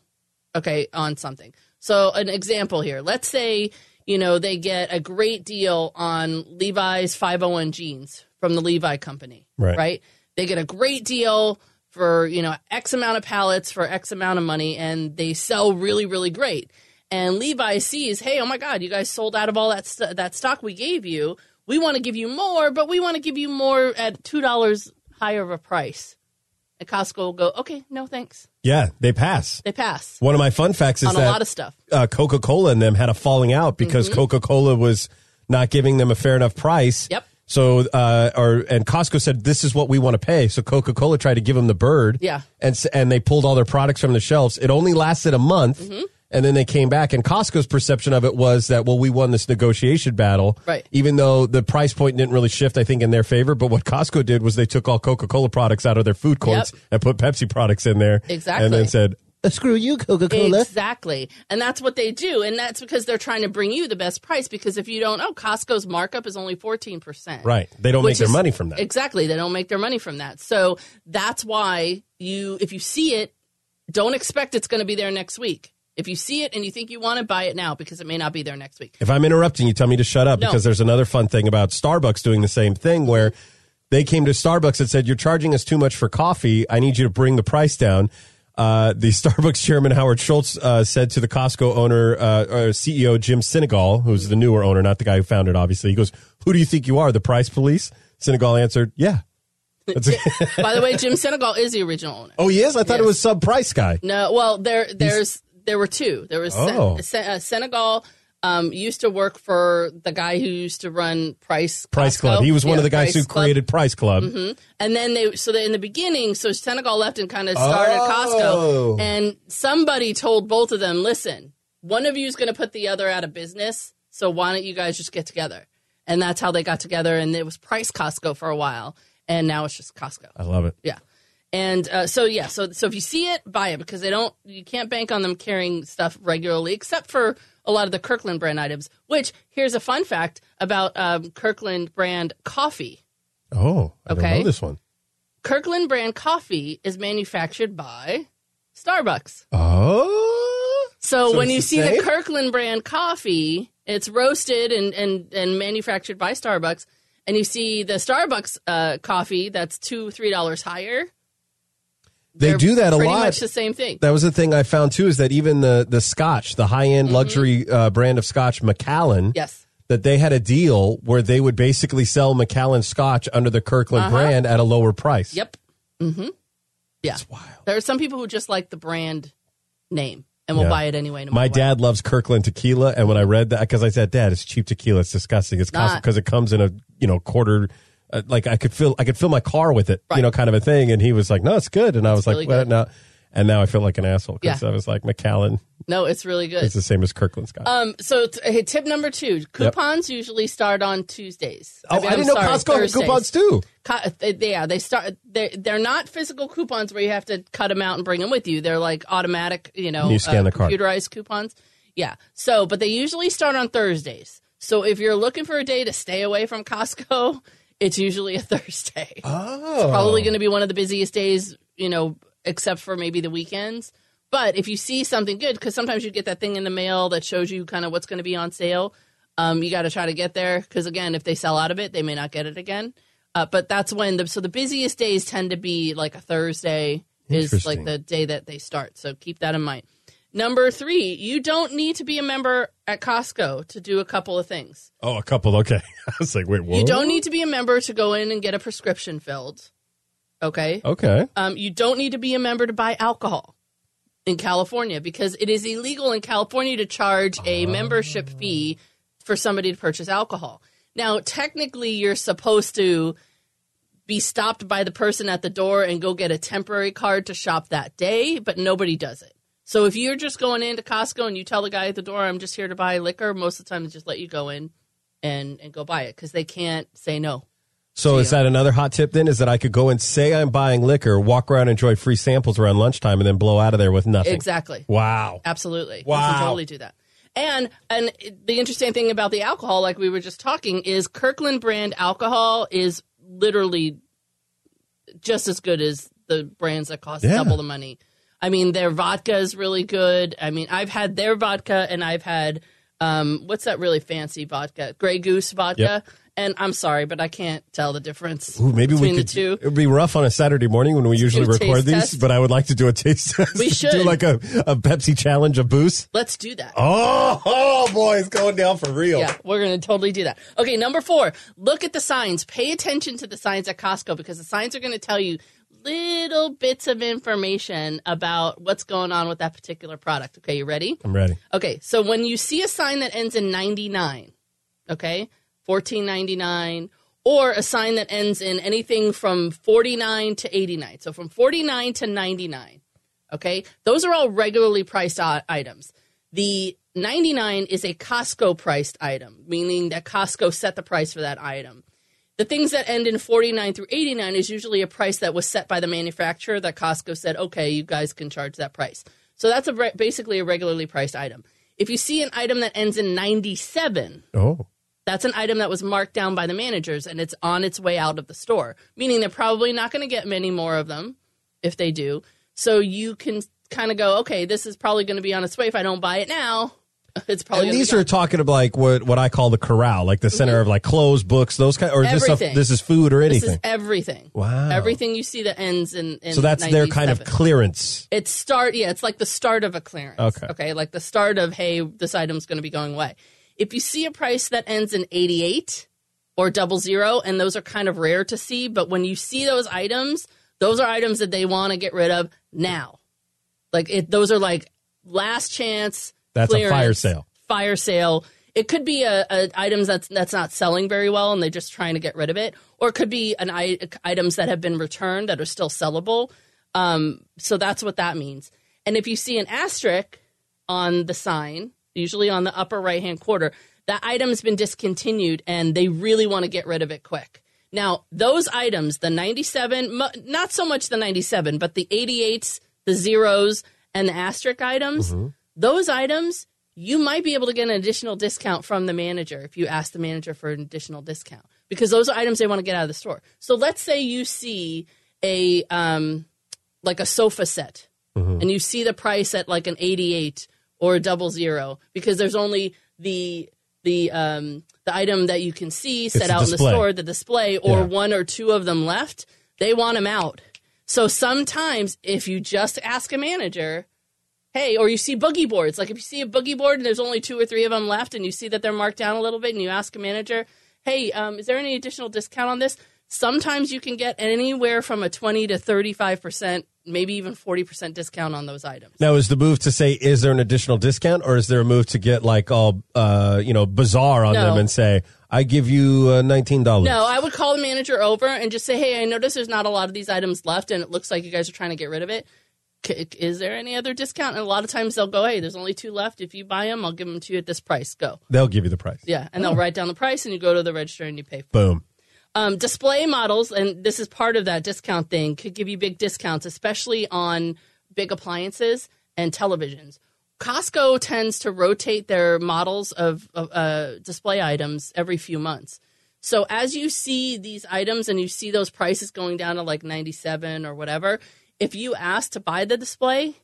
Speaker 2: Okay, on something. So an example here. Let's say you know they get a great deal on Levi's 501 jeans from the Levi company,
Speaker 1: Right.
Speaker 2: Right. They get a great deal for you know X amount of pallets for X amount of money, and they sell really, really great and Levi sees, hey, oh my God, you guys sold out of all that st- that stock we gave you. We want to give you more, but we want to give you more at two dollars higher of a price. And Costco will go, okay, no thanks.
Speaker 1: Yeah, they pass.
Speaker 2: They pass
Speaker 1: One of my fun facts is
Speaker 2: on a
Speaker 1: that
Speaker 2: lot of stuff.
Speaker 1: uh, Coca Cola and them had a falling out because
Speaker 2: Mm-hmm.
Speaker 1: Coca Cola was not giving them a fair enough price.
Speaker 2: Yep.
Speaker 1: So, uh, or and Costco said this is what we want to pay. So Coca Cola tried to give them the bird.
Speaker 2: Yeah.
Speaker 1: And s- and they pulled all their products from the shelves. It only lasted a month,
Speaker 2: Mm-hmm.
Speaker 1: and then they came back. And Costco's perception of it was that well, we won this negotiation battle,
Speaker 2: Right.
Speaker 1: Even though the price point didn't really shift, I think in their favor. But what Costco did was they took all Coca Cola products out of their food courts
Speaker 2: Yep.
Speaker 1: and put Pepsi products in there,
Speaker 2: Exactly.
Speaker 1: and then said, "Screw you, Coca Cola."
Speaker 2: Exactly. And that's what they do. And that's because they're trying to bring you the best price because if you don't, oh, Costco's markup is only 14%.
Speaker 1: Right. They don't
Speaker 2: Which
Speaker 1: make their
Speaker 2: is-
Speaker 1: money from that.
Speaker 2: Exactly. They don't make their money from that. So that's why you, if you see it, don't expect it's going to be there next week. If you see it and you think you want to buy it now because it may not be there next week.
Speaker 1: If I'm interrupting you, tell me to shut up
Speaker 2: No.
Speaker 1: because there's another fun thing about Starbucks doing the same thing where they came to Starbucks and said, You're charging us too much for coffee. I need you to bring the price down. Uh, the Starbucks chairman, Howard Schultz, uh, said to the Costco owner, uh, or CEO Jim Sinegal, who's the newer owner, not the guy who founded it, obviously. He goes, Who do you think you are, the price police? Sinegal answered, Yeah. That's-
Speaker 2: By the way, Jim Senegal is the original owner.
Speaker 1: oh, he is? I thought it
Speaker 2: Yes.
Speaker 1: was sub price guy.
Speaker 2: No, well, there, there's, there were two. There was Sen-
Speaker 1: Oh.
Speaker 2: Sen- uh, Senegal. Um, used to work for the guy who used to run Price
Speaker 1: Price
Speaker 2: Costco.
Speaker 1: Club. He was one
Speaker 2: Yeah,
Speaker 1: of the guys
Speaker 2: Price
Speaker 1: who
Speaker 2: Club. Mm-hmm.
Speaker 1: created Price Club.
Speaker 2: And then they, so they, in the beginning, so Senegal left and kind of started
Speaker 1: Oh.
Speaker 2: Costco. And somebody told both of them, listen, one of you is going to put the other out of business. So why don't you guys just get together? And that's how they got together. And it was Price Costco for a while. And now it's just Costco.
Speaker 1: I love it.
Speaker 2: Yeah. And uh, so, yeah. So, so if you see it, buy it because they don't, you can't bank on them carrying stuff regularly, except for a lot of the Kirkland brand items, which here's a fun fact about um, Kirkland brand coffee.
Speaker 1: Oh, I don't
Speaker 2: Okay.
Speaker 1: know this one.
Speaker 2: Kirkland brand coffee is manufactured by Starbucks.
Speaker 1: Oh.
Speaker 2: So,
Speaker 1: So
Speaker 2: when
Speaker 1: it's
Speaker 2: you
Speaker 1: the
Speaker 2: see
Speaker 1: same?
Speaker 2: the Kirkland brand coffee, it's roasted and, and, and manufactured by Starbucks. And you see the Starbucks uh, coffee that's two, three dollars higher.
Speaker 1: They
Speaker 2: they're
Speaker 1: do that a
Speaker 2: pretty
Speaker 1: lot.
Speaker 2: much the same thing.
Speaker 1: that was the thing I found too is that even the the Scotch, the high
Speaker 2: Mm-hmm.
Speaker 1: end luxury uh, brand of Scotch, Macallan,
Speaker 2: yes.
Speaker 1: that they had a deal where they would basically sell Macallan Scotch under the Kirkland
Speaker 2: Uh-huh.
Speaker 1: brand at a lower price.
Speaker 2: Yep. Mm-hmm. Yeah.
Speaker 1: That's wild.
Speaker 2: There are some people who just like the brand name and will
Speaker 1: Yeah.
Speaker 2: buy it anyway. No
Speaker 1: My
Speaker 2: matter what.
Speaker 1: dad loves Kirkland tequila, and when I read that, because I said, "Dad, it's cheap tequila. It's disgusting. It's
Speaker 2: Not.
Speaker 1: because it comes in a you know quarter." Uh, like I could fill, I could fill my car with it, you
Speaker 2: Right.
Speaker 1: know, kind of a thing. And he was like, "No, it's good." And I was
Speaker 2: really
Speaker 1: like, "Well,
Speaker 2: good.
Speaker 1: no." And now I feel like an asshole because
Speaker 2: Yeah.
Speaker 1: I was like, "Macallan,
Speaker 2: No, it's really good.
Speaker 1: it's the same as Kirkland Scotch."
Speaker 2: Um, so t- hey, tip number two: coupons usually start on Tuesdays.
Speaker 1: oh, I,
Speaker 2: mean, I'm
Speaker 1: didn't know
Speaker 2: sorry,
Speaker 1: Costco had
Speaker 2: Thursdays.
Speaker 1: coupons too.
Speaker 2: Co- uh, they- yeah, they start. They're, they're not physical coupons where you have to cut them out and bring them with you. They're like automatic, you know, uh,
Speaker 1: You scan the card.
Speaker 2: computerized coupons. Yeah. So, but they usually start on Thursdays. So if you're looking for a day to stay away from Costco, it's usually a Thursday.
Speaker 1: Oh,
Speaker 2: Probably going to be one of the busiest days, you know, except for maybe the weekends. But if you see something good, because sometimes you get that thing in the mail that shows you kind of what's going to be on sale, um, you got to try to get there. Because again, if they sell out of it, they may not get it again. Uh, but that's when the so the busiest days tend to be like a Thursday is
Speaker 1: Interesting.
Speaker 2: like the day that they start. So keep that in mind. Number three, you don't need to be a member at Costco to do a couple of things.
Speaker 1: Oh, a couple. Okay. I was like, wait, what?
Speaker 2: You don't need to be a member to go in and get a prescription filled. Okay.
Speaker 1: Okay.
Speaker 2: Um, you don't need to be a member to buy alcohol in California because it is illegal in California to charge a membership fee for somebody to purchase alcohol. Now, technically, you're supposed to be stopped by the person at the door and go get a temporary card to shop that day, but nobody does it. So if you're just going into Costco and you tell the guy at the door, "I'm just here to buy liquor," most of the time they just let you go in and and go buy it because they can't say no.
Speaker 1: So is that another hot tip then? Is that I could go and say I'm buying liquor, walk around, enjoy free samples around lunchtime, and then blow out of there with nothing.
Speaker 2: Exactly.
Speaker 1: Wow.
Speaker 2: Absolutely. You
Speaker 1: Wow.
Speaker 2: can totally do that. And and the interesting thing about the alcohol, like we were just talking, is Kirkland brand alcohol is literally just as good as the brands that cost
Speaker 1: Yeah.
Speaker 2: double the money. I mean, their vodka is really good. I mean, I've had their vodka and I've had um, what's that really fancy vodka? Grey Goose vodka. And I'm sorry, but I can't tell the difference
Speaker 1: Ooh, maybe
Speaker 2: between
Speaker 1: we could.
Speaker 2: the two.
Speaker 1: It would be rough on a Saturday morning when we usually
Speaker 2: do a
Speaker 1: record
Speaker 2: taste
Speaker 1: these,
Speaker 2: test.
Speaker 1: but I would like to do a taste test.
Speaker 2: We
Speaker 1: do
Speaker 2: should.
Speaker 1: like a, a Pepsi challenge, a boost.
Speaker 2: Let's do that.
Speaker 1: Oh, oh boy, it's going down for real.
Speaker 2: Yeah, we're going to totally do that. Okay, number four, look at the signs. Pay attention to the signs at Costco because the signs are going to tell you little bits of information about what's going on with that particular product. Okay, you ready?
Speaker 1: I'm ready.
Speaker 2: Okay, so when you see a sign that ends in 99, okay, 1499, or a sign that ends in anything from 49 to 89, so from 49 to 99, okay, those are all regularly priced i- items. The 99 is a Costco priced item, meaning that Costco set the price for that item. The things that end in 49 through 89 is usually a price that was set by the manufacturer that Costco said, okay, you guys can charge that price. So that's a re- basically a regularly priced item. If you see an item that ends in 97,
Speaker 1: Oh,
Speaker 2: that's an item that was marked down by the managers and it's on its way out of the store, meaning they're probably not going to get many more of them if they do. So you can kind of go, okay, this is probably going to be on its way. If I don't buy it now, it's probably
Speaker 1: and
Speaker 2: gonna
Speaker 1: these
Speaker 2: be
Speaker 1: are talking of like what what I call the corral, like the center of like clothes, books, those kind. Or is this stuff,
Speaker 2: Mm-hmm. Everything.
Speaker 1: this is food or
Speaker 2: gone.
Speaker 1: anything.
Speaker 2: this is everything.
Speaker 1: wow.
Speaker 2: Everything you see that ends in, in
Speaker 1: So that's their kind of
Speaker 2: 97.
Speaker 1: clearance.
Speaker 2: It's start, yeah, it's like the start of a clearance.
Speaker 1: Okay.
Speaker 2: Okay, like the start of, hey, this item's going to be going away. If you see a price that ends in 88 or double zero, and those are kind of rare to see, but when you see those items, those are items that they want to get rid of now. Like, it, those are like last chance.
Speaker 1: That's a
Speaker 2: clearance,
Speaker 1: fire sale.
Speaker 2: Fire sale. It could be a, a items that's that's not selling very well, and they're just trying to get rid of it, or it could be an i- items that have been returned that are still sellable. Um, so that's what that means. And if you see an asterisk on the sign, usually on the upper right hand quarter, that item's been discontinued and they really want to get rid of it quick. Now, those items, the 97, mu- not so much the 97, but the 88s, the zeros, and the asterisk items, those items, you might be able to get an additional discount from the manager if you ask the manager for an additional discount because those are items they want to get out of the store. So let's say you see a, um, like a sofa set
Speaker 1: Mm-hmm.
Speaker 2: and you see the price at like an 88 or a double zero because there's only the the um the item that you can see set
Speaker 1: a
Speaker 2: out in the
Speaker 1: display.
Speaker 2: store the display or
Speaker 1: Yeah.
Speaker 2: one or two of them left they want them out so sometimes if you just ask a manager hey or you see boogie boards like if you see a boogie board and there's only two or three of them left and you see that they're marked down a little bit and you ask a manager hey um, is there any additional discount on this sometimes you can get anywhere from a 20 to 35% maybe even 40% discount on those items
Speaker 1: Now, is the move to say, is there an additional discount, or is there a move to get like all, uh, you know, bizarre on
Speaker 2: No.
Speaker 1: them and say, I give you uh, nineteen dollars?
Speaker 2: No, I would call the manager over and just say, "Hey, I noticed there's not a lot of these items left, and it looks like you guys are trying to get rid of it. C- is there any other discount?" And a lot of times they'll go, "Hey, there's only two left. If you buy them, I'll give them to you at this price. Go."
Speaker 1: they'll give you the price.
Speaker 2: Yeah, and they'll write down the price, and you go to the register and you pay. for it.
Speaker 1: Boom.
Speaker 2: Um, display models, and this is part of that discount thing, could give you big discounts, especially on big appliances and televisions. Costco tends to rotate their models of, of uh, display items every few months. So as you see these items and you see those prices going down to like 97 or whatever, if you ask to buy the display,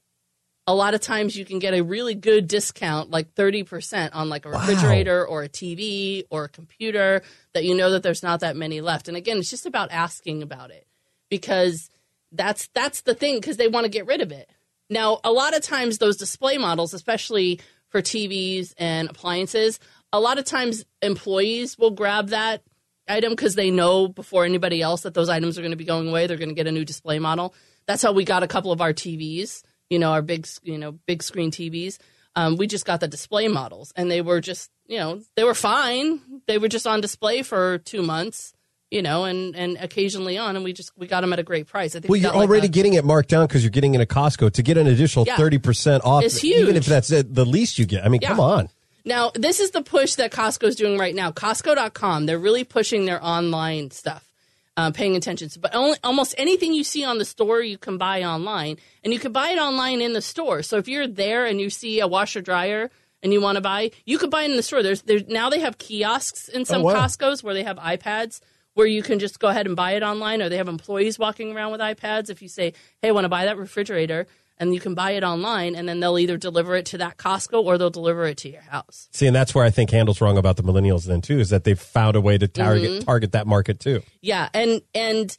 Speaker 2: a lot of times you can get a really good discount, like 30% on like a refrigerator or a TV or a computer that you know that there's not that many left. And again, it's just about asking about it because that's that's the thing because they want to get rid of it. Now, a lot of times those display models, especially for TVs and appliances, a lot of times employees will grab that item because they know before anybody else that those items are going to be going away. They're going to get a new display model. That's how we got a couple of our TVs. You know, our big, you know, big screen TVs. Um, we just got the display models, and they were just, you know, they were fine. They were just on display for two months you know, and and occasionally on, and we just we got them at a great price. I think
Speaker 1: Well,
Speaker 2: we
Speaker 1: you're
Speaker 2: got, like,
Speaker 1: already
Speaker 2: a-
Speaker 1: getting it marked down because you're getting it at Costco to get an additional
Speaker 2: Yeah.
Speaker 1: thirty percent off.
Speaker 2: It's
Speaker 1: Even if
Speaker 2: huge.
Speaker 1: that's it, the least you get. I mean,
Speaker 2: Yeah.
Speaker 1: come on.
Speaker 2: Now, this is the push that Costco's doing right now. Costco.com, they're really pushing their online stuff, uh, paying attention. to. But only, almost anything you see on the store, you can buy online. And you can buy it online in the store. So if you're there and you see a washer dryer and you want to buy, you could buy it in the store. There's, there's Now they have kiosks in some
Speaker 1: Oh, wow.
Speaker 2: Costco's where they have iPads where you can just go ahead and buy it online, or they have employees walking around with iPads. If you say, "Hey, I want to buy that refrigerator," and you can buy it online, and then they'll either deliver it to that Costco or they'll deliver it to your house.
Speaker 1: See, and that's where I think Handel's wrong about the millennials then too, is that they've found a way to target
Speaker 2: Mm-hmm.
Speaker 1: target that market too.
Speaker 2: Yeah, and and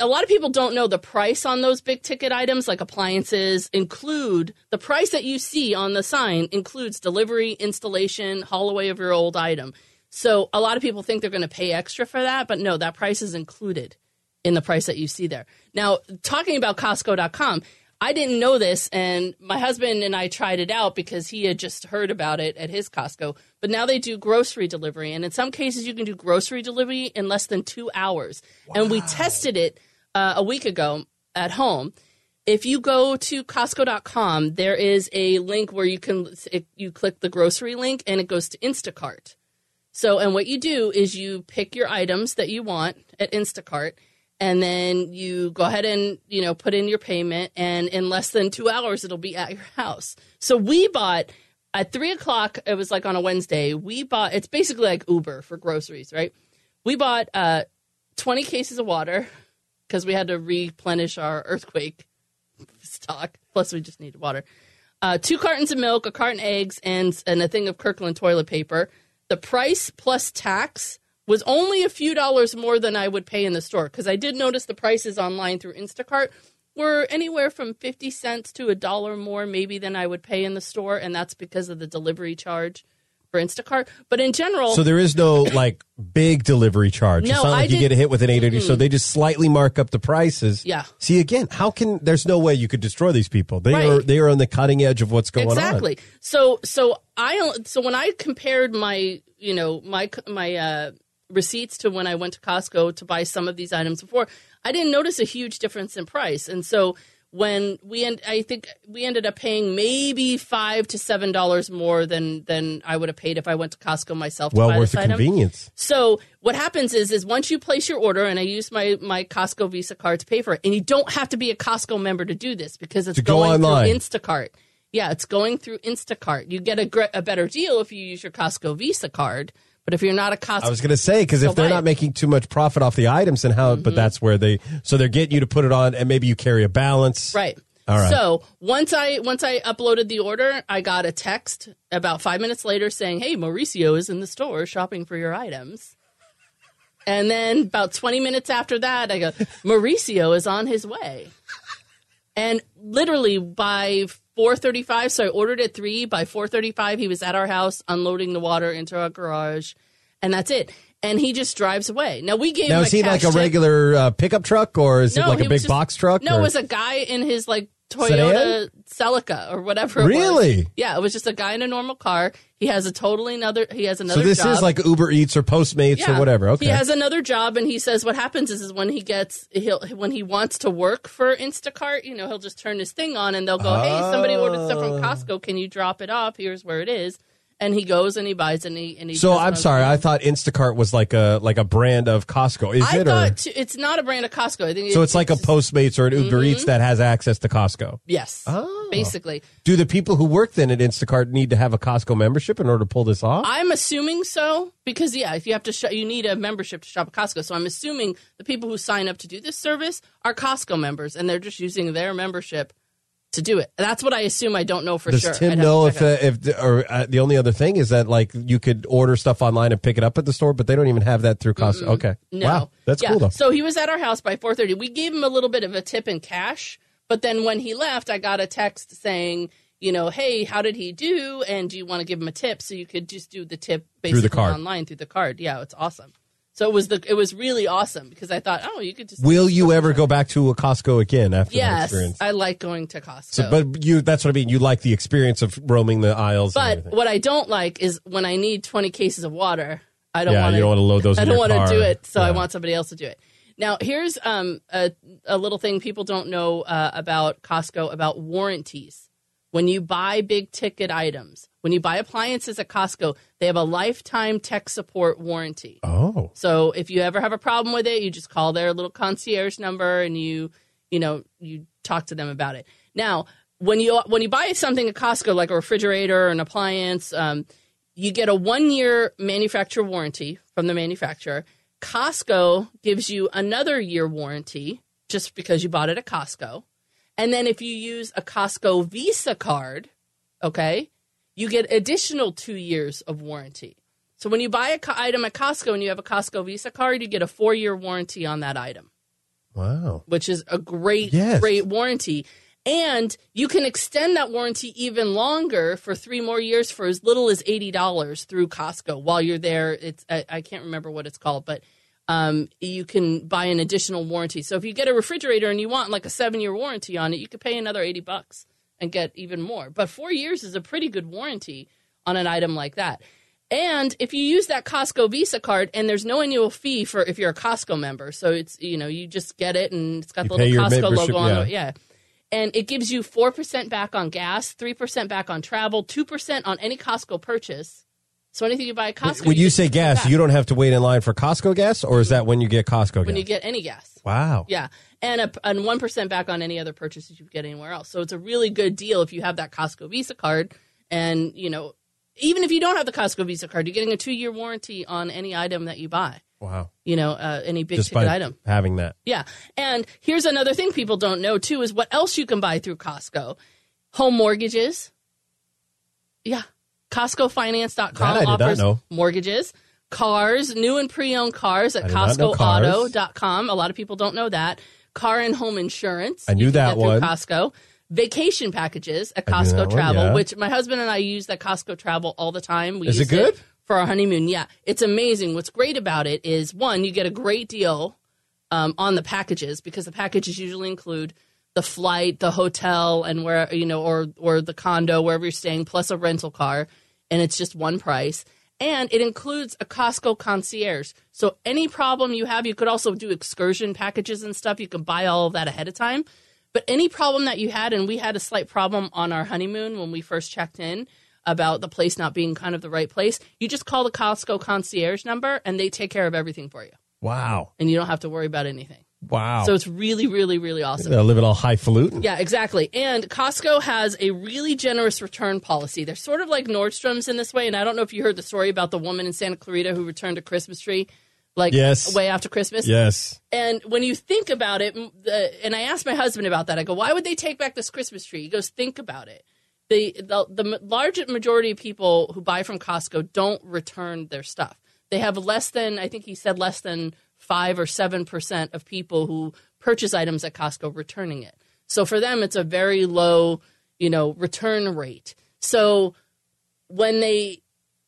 Speaker 2: a lot of people don't know the price on those big ticket items like appliances include the price that you see on the sign includes delivery, installation, haul away of your old item. So a lot of people think they're going to pay extra for that, but no, that price is included in the price that you see there. Now, talking about Costco.com, I didn't know this, and my husband and I tried it out because he had just heard about it at his Costco. But now they do grocery delivery, and in some cases, you can do grocery delivery in less than two hours. And we tested it uh, a week ago at home. If you go to Costco.com, there is a link where you can it, you click the grocery link, and it goes to Instacart. So, and what you do is you pick your items that you want at Instacart, and then you go ahead and you know put in your payment, and in less than two hours, it'll be at your house. So we bought at three o'clock. It was like on a Wednesday. We bought. It's basically like Uber for groceries, right? We bought uh, twenty cases of water because we had to replenish our earthquake stock. Plus, we just needed water uh, two cartons of milk, a carton of eggs, and and a thing of Kirkland toilet paper. The price plus tax was only a few dollars more than I would pay in the store because I did notice the prices online through Instacart were anywhere from fifty cents to a dollar more maybe than I would pay in the store, and that's because of the delivery charge for Instacart. But in general,
Speaker 1: So there is no like big delivery charge. it's
Speaker 2: No,
Speaker 1: not
Speaker 2: I
Speaker 1: like you
Speaker 2: did-
Speaker 1: get a hit with an eight eighty. So they just slightly mark up the prices.
Speaker 2: Yeah.
Speaker 1: See again, how can there's no way you could destroy these people. They
Speaker 2: Right.
Speaker 1: are they are on the cutting edge of what's going on.
Speaker 2: exactly. So so I so when I compared my you know my my uh, receipts to when I went to Costco to buy some of these items before, I didn't notice a huge difference in price, and so when we end, I think we ended up paying maybe five to seven dollars more than than I would have paid if I went to Costco myself. to
Speaker 1: Well
Speaker 2: buy
Speaker 1: worth
Speaker 2: this
Speaker 1: the
Speaker 2: item.
Speaker 1: convenience.
Speaker 2: So what happens is, is once you place your order, and I use my my Costco Visa card to pay for it, and you don't have to be a Costco member to do this because it's
Speaker 1: To go
Speaker 2: going
Speaker 1: online.
Speaker 2: through Instacart. Yeah, it's going through Instacart. You get a gre- a better deal if you use your Costco Visa card, but if you're not a Costco,
Speaker 1: I was going to say because
Speaker 2: So Mm-hmm.
Speaker 1: if they're
Speaker 2: buy
Speaker 1: not
Speaker 2: it.
Speaker 1: making too much profit off the items, and how, but that's where they so they're getting you to put it on, and maybe you carry a balance,
Speaker 2: Right.
Speaker 1: All right.
Speaker 2: So once I once I uploaded the order, I got a text about five minutes later saying, "Hey, Mauricio is in the store shopping for your items." And then about twenty minutes after that, I go, "Mauricio is on his way." And literally by four thirty-five, so I ordered at three. By four thirty-five, he was at our house unloading the water into our garage, and that's it. And he just drives away. Now we gave
Speaker 1: Now
Speaker 2: him
Speaker 1: is he
Speaker 2: cash
Speaker 1: like a
Speaker 2: tip.
Speaker 1: regular uh, pickup truck, or is it like
Speaker 2: he
Speaker 1: a
Speaker 2: was
Speaker 1: big
Speaker 2: just-
Speaker 1: box truck?
Speaker 2: No,
Speaker 1: or-
Speaker 2: it was a guy in his like Toyota Celica or whatever. it was.
Speaker 1: Really?
Speaker 2: Yeah, it was just a guy in a normal car. He has a totally another. He has another.
Speaker 1: so this
Speaker 2: job.
Speaker 1: is like Uber Eats or Postmates
Speaker 2: Yeah.
Speaker 1: or whatever. Okay,
Speaker 2: He has another job, and he says what happens is, is when he gets he'll when he wants to work for Instacart, you know, he'll just turn his thing on, and they'll go, "Hey, somebody ordered stuff
Speaker 1: Oh.
Speaker 2: from Costco. Can you drop it off? Here's where it is." And he goes and he buys and he and he.
Speaker 1: so
Speaker 2: does it on
Speaker 1: I'm
Speaker 2: his
Speaker 1: sorry,
Speaker 2: own.
Speaker 1: I thought Instacart was like a like a brand of Costco. Is
Speaker 2: I
Speaker 1: it
Speaker 2: thought
Speaker 1: or
Speaker 2: too- it's not a brand of Costco. I think
Speaker 1: so?
Speaker 2: it-
Speaker 1: It's like a Postmates or an
Speaker 2: Mm-hmm.
Speaker 1: Uber Eats that has access to Costco.
Speaker 2: yes,
Speaker 1: Oh.
Speaker 2: basically.
Speaker 1: Do the people who work then at Instacart need to have a Costco membership in order to pull this off?
Speaker 2: I'm assuming so because yeah, if you have to, sh- you need a membership to shop at Costco. So I'm assuming the people who sign up to do this service are Costco members, and they're just using their membership to do it. That's what I assume. I don't know for
Speaker 1: Does
Speaker 2: sure. I'd
Speaker 1: Tim
Speaker 2: have to
Speaker 1: know
Speaker 2: check
Speaker 1: if
Speaker 2: on
Speaker 1: uh,
Speaker 2: it.
Speaker 1: if the- or uh, the only other thing is that like you could order stuff online and pick it up at the store, but they don't even have that through Costco. Okay,
Speaker 2: No,
Speaker 1: wow, that's
Speaker 2: Yeah.
Speaker 1: cool though.
Speaker 2: So he was at our house by 4:30. We gave him a little bit of a tip in cash, but then when he left, I got a text saying, you know, hey, how did he do? And do you want to give him a tip? So you could just do the tip basically
Speaker 1: card.
Speaker 2: online through the card. Yeah, it's awesome. So it was the it was really awesome because I thought, oh, you could just
Speaker 1: Will you ever go back to a Costco again after that
Speaker 2: Yes,
Speaker 1: experience?
Speaker 2: I like going to Costco.
Speaker 1: So, but you that's what I mean. You like the experience of roaming the aisles. and
Speaker 2: But
Speaker 1: everything.
Speaker 2: what I don't like is when I need 20 cases of water I don't
Speaker 1: yeah,
Speaker 2: want
Speaker 1: you don't want to load those.
Speaker 2: I
Speaker 1: in
Speaker 2: don't
Speaker 1: your
Speaker 2: want
Speaker 1: car.
Speaker 2: to do it, so I
Speaker 1: Yeah.
Speaker 2: want somebody else to do it. Now, here's um, a, a little thing people don't know uh, about Costco about warranties. When you buy big ticket items, when you buy appliances at Costco, they have a lifetime tech support warranty.
Speaker 1: Oh,
Speaker 2: So if you ever have a problem with it, you just call their little concierge number and you, you know, you talk to them about it. Now, when you when you buy something at Costco, like a refrigerator or an appliance, um, you get a one year manufacturer warranty from the manufacturer. Costco gives you another year warranty just because you bought it at Costco. And then if you use a Costco Visa card, okay, you get additional two years of warranty. So when you buy an item at Costco and you have a Costco Visa card, you get a four year warranty on that item,
Speaker 1: wow.
Speaker 2: which is a great,
Speaker 1: Yes.
Speaker 2: great warranty. And you can extend that warranty even longer for three more years for as little as eighty dollars through Costco while you're there. It's I, I can't remember what it's called, but um, you can buy an additional warranty. So if you get a refrigerator and you want like a seven year warranty on it, you could pay another eighty bucks and get even more. But four years is a pretty good warranty on an item like that. And if you use that Costco Visa card, and there's no annual fee for if you're a Costco member, so it's you know you just get it and it's got
Speaker 1: You
Speaker 2: the
Speaker 1: pay
Speaker 2: little
Speaker 1: your
Speaker 2: Costco
Speaker 1: membership,
Speaker 2: logo on
Speaker 1: yeah.
Speaker 2: it, yeah. And it gives you four percent back on gas, three percent back on travel, two percent on any Costco purchase. So anything you buy at Costco,
Speaker 1: when you
Speaker 2: get
Speaker 1: say
Speaker 2: 2%
Speaker 1: gas,
Speaker 2: back
Speaker 1: you don't have to wait in line for Costco gas, or is that when you get Costco
Speaker 2: when
Speaker 1: gas?
Speaker 2: you get any gas.
Speaker 1: wow.
Speaker 2: Yeah, and a, and one percent back on any other purchases you get anywhere else. So it's a really good deal if you have that Costco Visa card, and you know, even if you don't have the Costco Visa card, you're getting a two year warranty on any item that you buy.
Speaker 1: Wow.
Speaker 2: You know, uh, any big
Speaker 1: Just
Speaker 2: ticket
Speaker 1: by
Speaker 2: item.
Speaker 1: having that.
Speaker 2: Yeah, and here's another thing people don't know too is what else you can buy through Costco: home mortgages. Yeah, CostcoFinance.com
Speaker 1: That I did not
Speaker 2: offers
Speaker 1: know.
Speaker 2: mortgages, cars, new and pre-owned cars at
Speaker 1: I did not know cars.
Speaker 2: CostcoAuto.com. A lot of people don't know that. Car and home insurance.
Speaker 1: I knew
Speaker 2: you can
Speaker 1: that
Speaker 2: get through
Speaker 1: one.
Speaker 2: Costco. Vacation packages at
Speaker 1: I knew that
Speaker 2: Costco
Speaker 1: one,
Speaker 2: Travel,
Speaker 1: yeah.
Speaker 2: which my husband and I use that Costco Travel all the time. We
Speaker 1: Is it
Speaker 2: used
Speaker 1: good?
Speaker 2: for our honeymoon? Yeah, it's amazing. What's great about it is one, you get a great deal um, on the packages because the packages usually include the flight, the hotel, and where you know, or or the condo wherever you're staying, plus a rental car, and it's just one price. And it includes a Costco concierge. So any problem you have, you could also do excursion packages and stuff. You can buy all of that ahead of time. But any problem that you had, and we had a slight problem on our honeymoon when we first checked in about the place not being kind of the right place, you just call the Costco concierge number and they take care of everything for you.
Speaker 1: Wow.
Speaker 2: And you don't have to worry about anything.
Speaker 1: Wow.
Speaker 2: So it's really, really, really awesome.
Speaker 1: They're living all highfalutin.
Speaker 2: Yeah, exactly. And Costco has a really generous return policy. They're sort of like Nordstrom's in this way. And I don't know if you heard the story about the woman in Santa Clarita who returned a Christmas tree, like
Speaker 1: Yes.
Speaker 2: way after Christmas.
Speaker 1: Yes.
Speaker 2: And when you think about it, m- the, and I asked my husband about that, I go, why would they take back this Christmas tree? He goes, think about it. The, the, the m- large majority of people who buy from Costco don't return their stuff. They have less than, I think he said, less than 5 or 7% of people who purchase items at Costco returning it. So for them, it's a very low, you know, return rate. So when they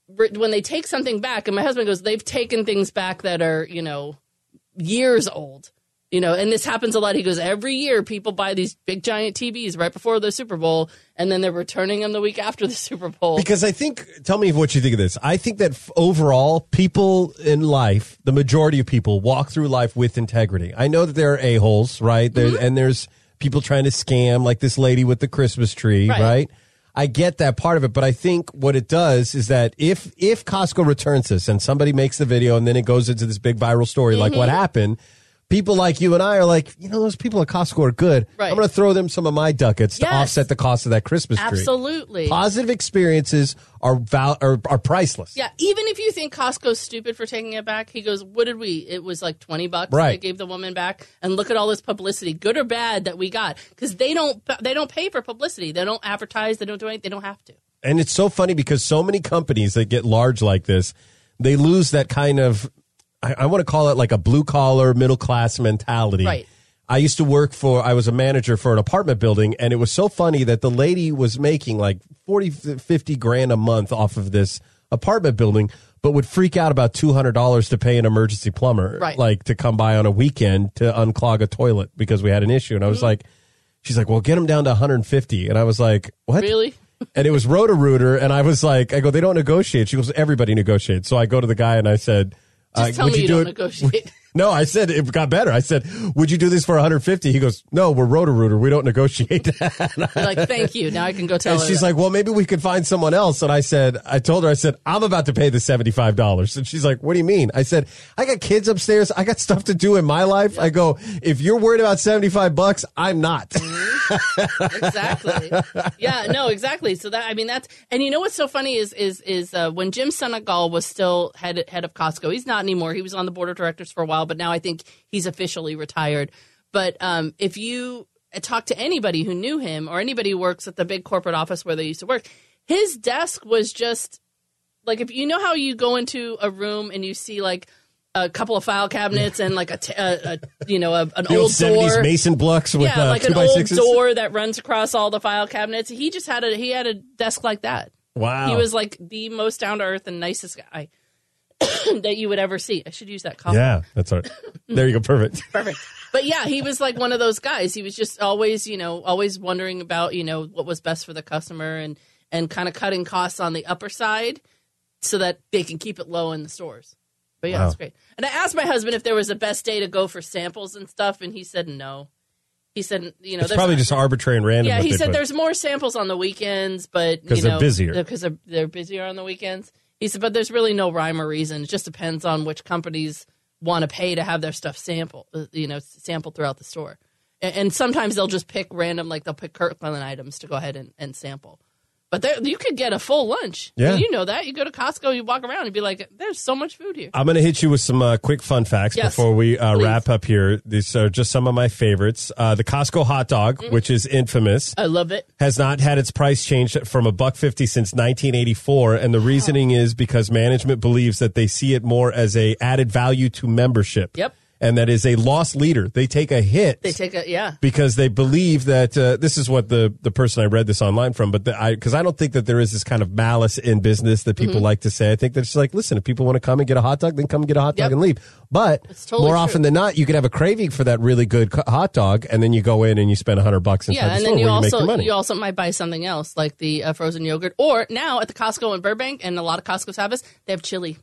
Speaker 2: when they take something back, and my husband goes, they've taken things back that are, you know, years old. You know, and this happens a lot. He goes, every year people buy these big giant TVs right before the Super Bowl, and then they're returning them the week after the Super Bowl.
Speaker 1: Because I think, tell me what you think of this. I think that f- overall, people in life, the majority of people walk through life with integrity. I know that there are a-holes, right? There,
Speaker 2: Mm-hmm.
Speaker 1: And there's people trying to scam, like this lady with the Christmas tree, right.
Speaker 2: Right.
Speaker 1: I get that part of it, but I think what it does is that if if Costco returns this and somebody makes the video and then it goes into this big viral story like
Speaker 2: Mm-hmm.
Speaker 1: what happened, people like you and I are like, you know, those people at Costco are good.
Speaker 2: Right.
Speaker 1: I'm going to throw them some of my ducats
Speaker 2: Yes.
Speaker 1: to offset the cost of that Christmas tree.
Speaker 2: Absolutely.
Speaker 1: Positive experiences are val- are, are priceless.
Speaker 2: Yeah, even if you think Costco's stupid for taking it back, he goes, "What did we? It was like twenty bucks.
Speaker 1: Right.
Speaker 2: They gave the woman back, and look at all this publicity, good or bad, that we got because they don't they don't pay for publicity. They don't advertise. They don't do anything. They don't have to.
Speaker 1: And it's so funny because so many companies that get large like this, they lose that kind of, I, I want to call it like a blue collar, middle class mentality.
Speaker 2: Right.
Speaker 1: I used to work for, I was a manager for an apartment building, and it was so funny that the lady was making like 40, 50 grand a month off of this apartment building, but would freak out about $200 to pay an emergency plumber,
Speaker 2: Right.
Speaker 1: like to come by on a weekend to unclog a toilet
Speaker 2: Mm-hmm.
Speaker 1: because we had an issue. And I was like, she's like, well, get them down to 150. And I was like, what?
Speaker 2: Really?
Speaker 1: and it was Roto Rooter, and I was like, I go, they don't negotiate. She goes, everybody negotiates. So I go to the guy and I said,
Speaker 2: Just
Speaker 1: uh,
Speaker 2: tell
Speaker 1: would
Speaker 2: me you,
Speaker 1: do
Speaker 2: don't
Speaker 1: it?
Speaker 2: negotiate.
Speaker 1: No, I said it got better. I said, "Would you do this for 150?" He goes, "No, we're Roto Rooter. We don't negotiate that."
Speaker 2: You're like, thank you. Now I can go tell
Speaker 1: And
Speaker 2: her.
Speaker 1: she's
Speaker 2: that.
Speaker 1: like, "Well, maybe we could find someone else." And I said, "I told her, I said I'm about to pay the seventy five dollars." And she's like, "What do you mean?" I said, "I got kids upstairs. I got stuff to do in my life." I go, "If you're worried about seventy five bucks, I'm not."
Speaker 2: exactly. Yeah, no, exactly. So that I mean that's and you know what's so funny is is is uh, when Jim Senegal was still head head of Costco. He's not anymore. He was on the board of directors for a while, but now I think he's officially retired. But um, if you uh, talk to anybody who knew him or anybody who works at the big corporate office where they used to work, his desk was just like if you know how you go into a room and you see like a couple of file cabinets and like a, t- a, a you know a, an
Speaker 1: the old seventies
Speaker 2: door
Speaker 1: mason blocks with
Speaker 2: yeah,
Speaker 1: uh,
Speaker 2: like
Speaker 1: two
Speaker 2: an
Speaker 1: by
Speaker 2: old
Speaker 1: sixes.
Speaker 2: door that runs across all the file cabinets. He just had a he had a desk like that.
Speaker 1: Wow,
Speaker 2: He was like the most down to earth and nicest guy that you would ever see. I should use that coffee.
Speaker 1: yeah, that's all right. There you go, perfect.
Speaker 2: Perfect. But yeah, he was like one of those guys. He was just always, you know, always wondering about, you know, what was best for the customer and and kind of cutting costs on the upper side so that they can keep it low in the stores. But yeah,
Speaker 1: Wow.
Speaker 2: that's great. And I asked my husband if there was a best day to go for samples and stuff, and he said no. He said, you know,
Speaker 1: it's
Speaker 2: there's
Speaker 1: probably just arbitrary and random.
Speaker 2: yeah,
Speaker 1: what
Speaker 2: he
Speaker 1: they
Speaker 2: said
Speaker 1: put.
Speaker 2: there's more samples on the weekends, but
Speaker 1: 'Cause
Speaker 2: you
Speaker 1: they're
Speaker 2: know,
Speaker 1: busier.
Speaker 2: because they're, they're busier on the weekends. He said, but there's really no rhyme or reason. It just depends on which companies want to pay to have their stuff sample, uh, you know, sampled throughout the store. And, and sometimes they'll just pick random, like they'll pick Kirkland items to go ahead and, and sample. But there, you could get a full lunch.
Speaker 1: Yeah.
Speaker 2: you know that. You go to Costco, you walk around, and be like, "There's so much food here."
Speaker 1: I'm going to hit you with some uh, quick fun facts
Speaker 2: Yes,
Speaker 1: before we uh,
Speaker 2: please.
Speaker 1: wrap up here. These are just some of my favorites. Uh, the Costco hot dog,
Speaker 2: Mm-hmm.
Speaker 1: which is infamous,
Speaker 2: I love it.
Speaker 1: has not had its price changed from a buck fifty since 1984, and the reasoning is because management believes that they see it more as a added value to membership.
Speaker 2: Yep.
Speaker 1: and that is a loss leader. They take a hit
Speaker 2: They take a yeah.
Speaker 1: because they believe that uh, this is what the the person I read this online from, but the, I because I don't think that there is this kind of malice in business that
Speaker 2: Mm-hmm.
Speaker 1: people like to say. I think that it's like, listen, if people want to come and get a hot dog, then come and get a hot
Speaker 2: Yep.
Speaker 1: dog and leave. But
Speaker 2: It's totally
Speaker 1: more
Speaker 2: true.
Speaker 1: often than not, you could have a craving for that really good co- hot dog, and then you go in and you spend a hundred bucks inside
Speaker 2: Yeah,
Speaker 1: the
Speaker 2: and
Speaker 1: store
Speaker 2: then you
Speaker 1: where you make your
Speaker 2: also
Speaker 1: money.
Speaker 2: you also might buy something else like the uh, frozen yogurt, or now at the Costco in Burbank, and a lot of Costco's have this. They have chili.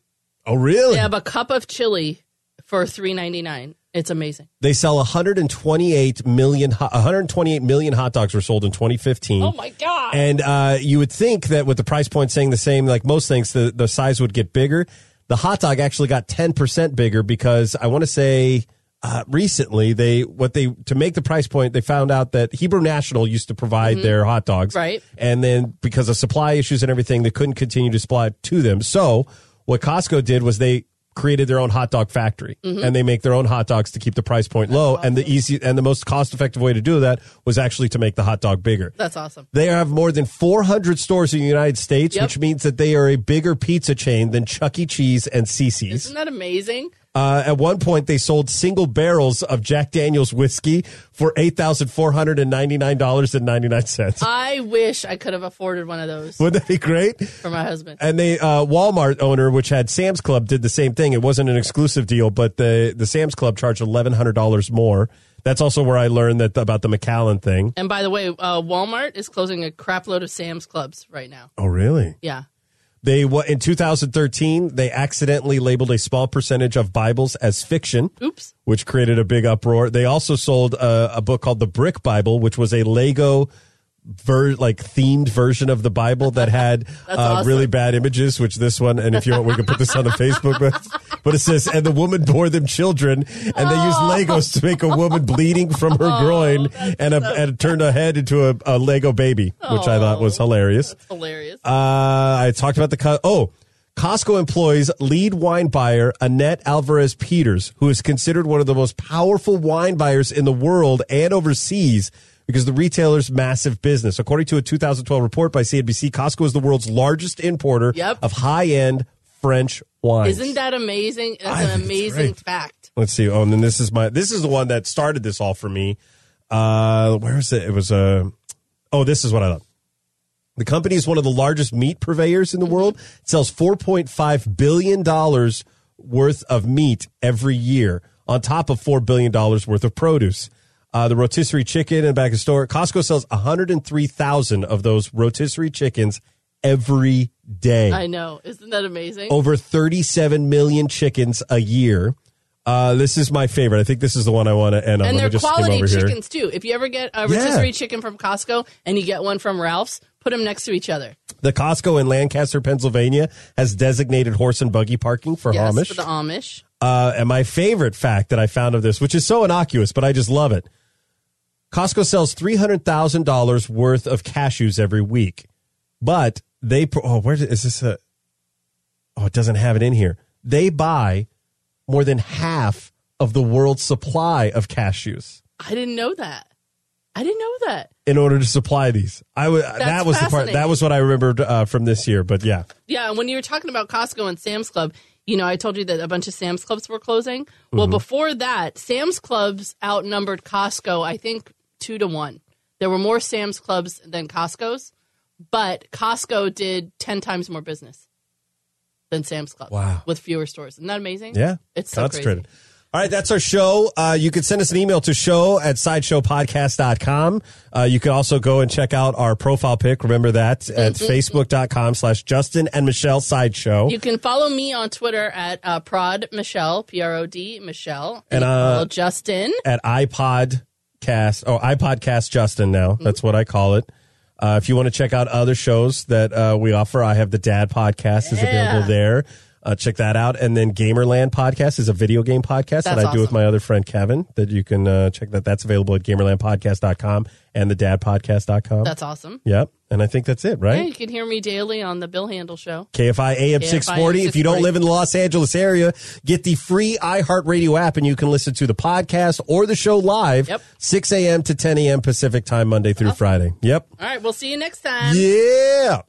Speaker 1: oh, really?
Speaker 2: They have a cup of chili for three ninety nine. It's amazing.
Speaker 1: They sell 128 million ho- 128 million hot dogs were sold in 2015.
Speaker 2: Oh my god!
Speaker 1: And uh, you would think that with the price point saying the same, like most things, the, the size would get bigger. The hot dog actually got 10% bigger because I want to say uh, recently they what they to make the price point they found out that Hebrew National used to provide their hot dogs
Speaker 2: Right.
Speaker 1: and then because of supply issues and everything they couldn't continue to supply to them so what Costco did was they created their own hot dog factory and they make their own hot dogs to keep the price point low and the easy and the most cost effective way to do that was actually to make the hot dog bigger
Speaker 2: That's awesome.
Speaker 1: they have more than 400 stores in the United States,
Speaker 2: Yep.
Speaker 1: which means that they are a bigger pizza chain than Chuck E. Cheese and CC's.
Speaker 2: Isn't that amazing?
Speaker 1: Uh, at one point, they sold single barrels of Jack Daniel's whiskey for $8,499.99.
Speaker 2: I wish I could have afforded one of those
Speaker 1: Wouldn't that be great?
Speaker 2: for my husband.
Speaker 1: And they, uh, Walmart owner, which had Sam's Club, did the same thing. It wasn't an exclusive deal, but the, the Sam's Club charged $1,100 more. That's also where I learned that about the McAllen thing.
Speaker 2: And by the way, uh, Walmart is closing a crap load of Sam's Clubs right now.
Speaker 1: Oh, really?
Speaker 2: Yeah,
Speaker 1: They wa- in 2013 they accidentally labeled a small percentage of Bibles as fiction,
Speaker 2: Oops.
Speaker 1: which created a big uproar. They also sold uh, a, a book called the Brick Bible, which was a Lego ver- like themed version of the Bible that had uh,
Speaker 2: awesome.
Speaker 1: really bad images. Which this one, and if you want, we can put this on the Facebook. But, but it says, and the woman bore them children, and they used Legos to make a woman bleeding from her groin, and a, and turned her head into a, a Lego baby, which I thought was hilarious.
Speaker 2: it's hilarious.
Speaker 1: Uh, I talked about the co- oh. Costco employs lead wine buyer Annette Alvarez Peters, who is considered one of the most powerful wine buyers in the world and overseas because the retailer's massive business. According to a 2012 report by CNBC, Costco is the world's largest importer
Speaker 2: Yep.
Speaker 1: of high-end French wines.
Speaker 2: Isn't that amazing? That's
Speaker 1: I
Speaker 2: an
Speaker 1: think it's
Speaker 2: amazing
Speaker 1: great.
Speaker 2: fact.
Speaker 1: Let's see. Oh, and then this is my this is the one that started this all for me. Uh where is it? It was uh, oh, this is what I love. The company is one of the largest meat purveyors in the world. It sells $4.5 billion worth of meat every year, on top of $4 billion worth of produce. Uh, the rotisserie chicken in the back of the store. Costco sells 103,000 of those rotisserie chickens every day
Speaker 2: I know. Isn't that amazing?
Speaker 1: over 37 million chickens a year. Uh, this is my favorite. I think this is the one I want to end on. Let
Speaker 2: and
Speaker 1: me
Speaker 2: they're
Speaker 1: just skim
Speaker 2: quality
Speaker 1: over here.
Speaker 2: chickens too. If you ever get a rotisserie chicken from Costco and you get one from Ralph's, put them next to each other.
Speaker 1: The Costco in Lancaster, Pennsylvania, has designated horse and buggy parking for
Speaker 2: yes,
Speaker 1: Amish.
Speaker 2: for the Amish.
Speaker 1: Uh, and my favorite fact that I found of this, which is so innocuous, but I just love it. Costco sells three hundred thousand dollars worth of cashews every week, but they pr- oh where is this a oh it doesn't have it in here. They buy more than half of the world's supply of cashews
Speaker 2: I didn't know that. I didn't know that.
Speaker 1: in order to supply these. I would that was the part that
Speaker 2: fascinating.
Speaker 1: was what I remembered uh, from this year. But yeah,
Speaker 2: Yeah, and when you were talking about Costco and Sam's Club, you know, I told you that a bunch of Sam's Clubs were closing. Well,
Speaker 1: Mm-hmm.
Speaker 2: before that, Sam's Clubs outnumbered Costco, I think, two to one. There were more Sam's Clubs than Costco's, but Costco did 10 times more business than Sam's Club.
Speaker 1: Wow.
Speaker 2: With fewer stores. Isn't that amazing?
Speaker 1: Yeah.
Speaker 2: It's so
Speaker 1: concentrated.
Speaker 2: crazy.
Speaker 1: All right, that's our show. Uh, you can send us an email to show at sideshowpodcast.com. Uh, you can also go and check out our profile pic. Remember that at facebook.com slash Justin and Michelle Sideshow.
Speaker 2: Mm-hmm. You can follow me on Twitter at uh, Prod Michelle, P R O D Michelle.
Speaker 1: And,
Speaker 2: you can
Speaker 1: uh,
Speaker 2: follow Justin.
Speaker 1: at iPodcast. Oh, iPodcast Justin now.
Speaker 2: Mm-hmm.
Speaker 1: That's what I call it. Uh, if you want to check out other shows that uh, we offer, I have the Dad Podcast is available there. Uh, check that out, and then Gamerland Podcast is a video game podcast that I
Speaker 2: That's
Speaker 1: do with
Speaker 2: awesome.
Speaker 1: my other friend Kevin. That you can uh, check that. That's available at GamerlandPodcast.com and the DadPodcast.com.
Speaker 2: That's awesome.
Speaker 1: yep, and I think that's it,
Speaker 2: Yeah,
Speaker 1: right?
Speaker 2: you can hear me daily on the Bill Handle Show.
Speaker 1: KFI AM 640. If you don't
Speaker 2: 640.
Speaker 1: live in the Los Angeles area, get the free iHeartRadio app and you can listen to the podcast or the show live
Speaker 2: Yep.
Speaker 1: 6 a.m. to 10 a.m. Pacific time, Monday through Friday. Yep.
Speaker 2: All right, we'll see you next time.
Speaker 1: Yeah.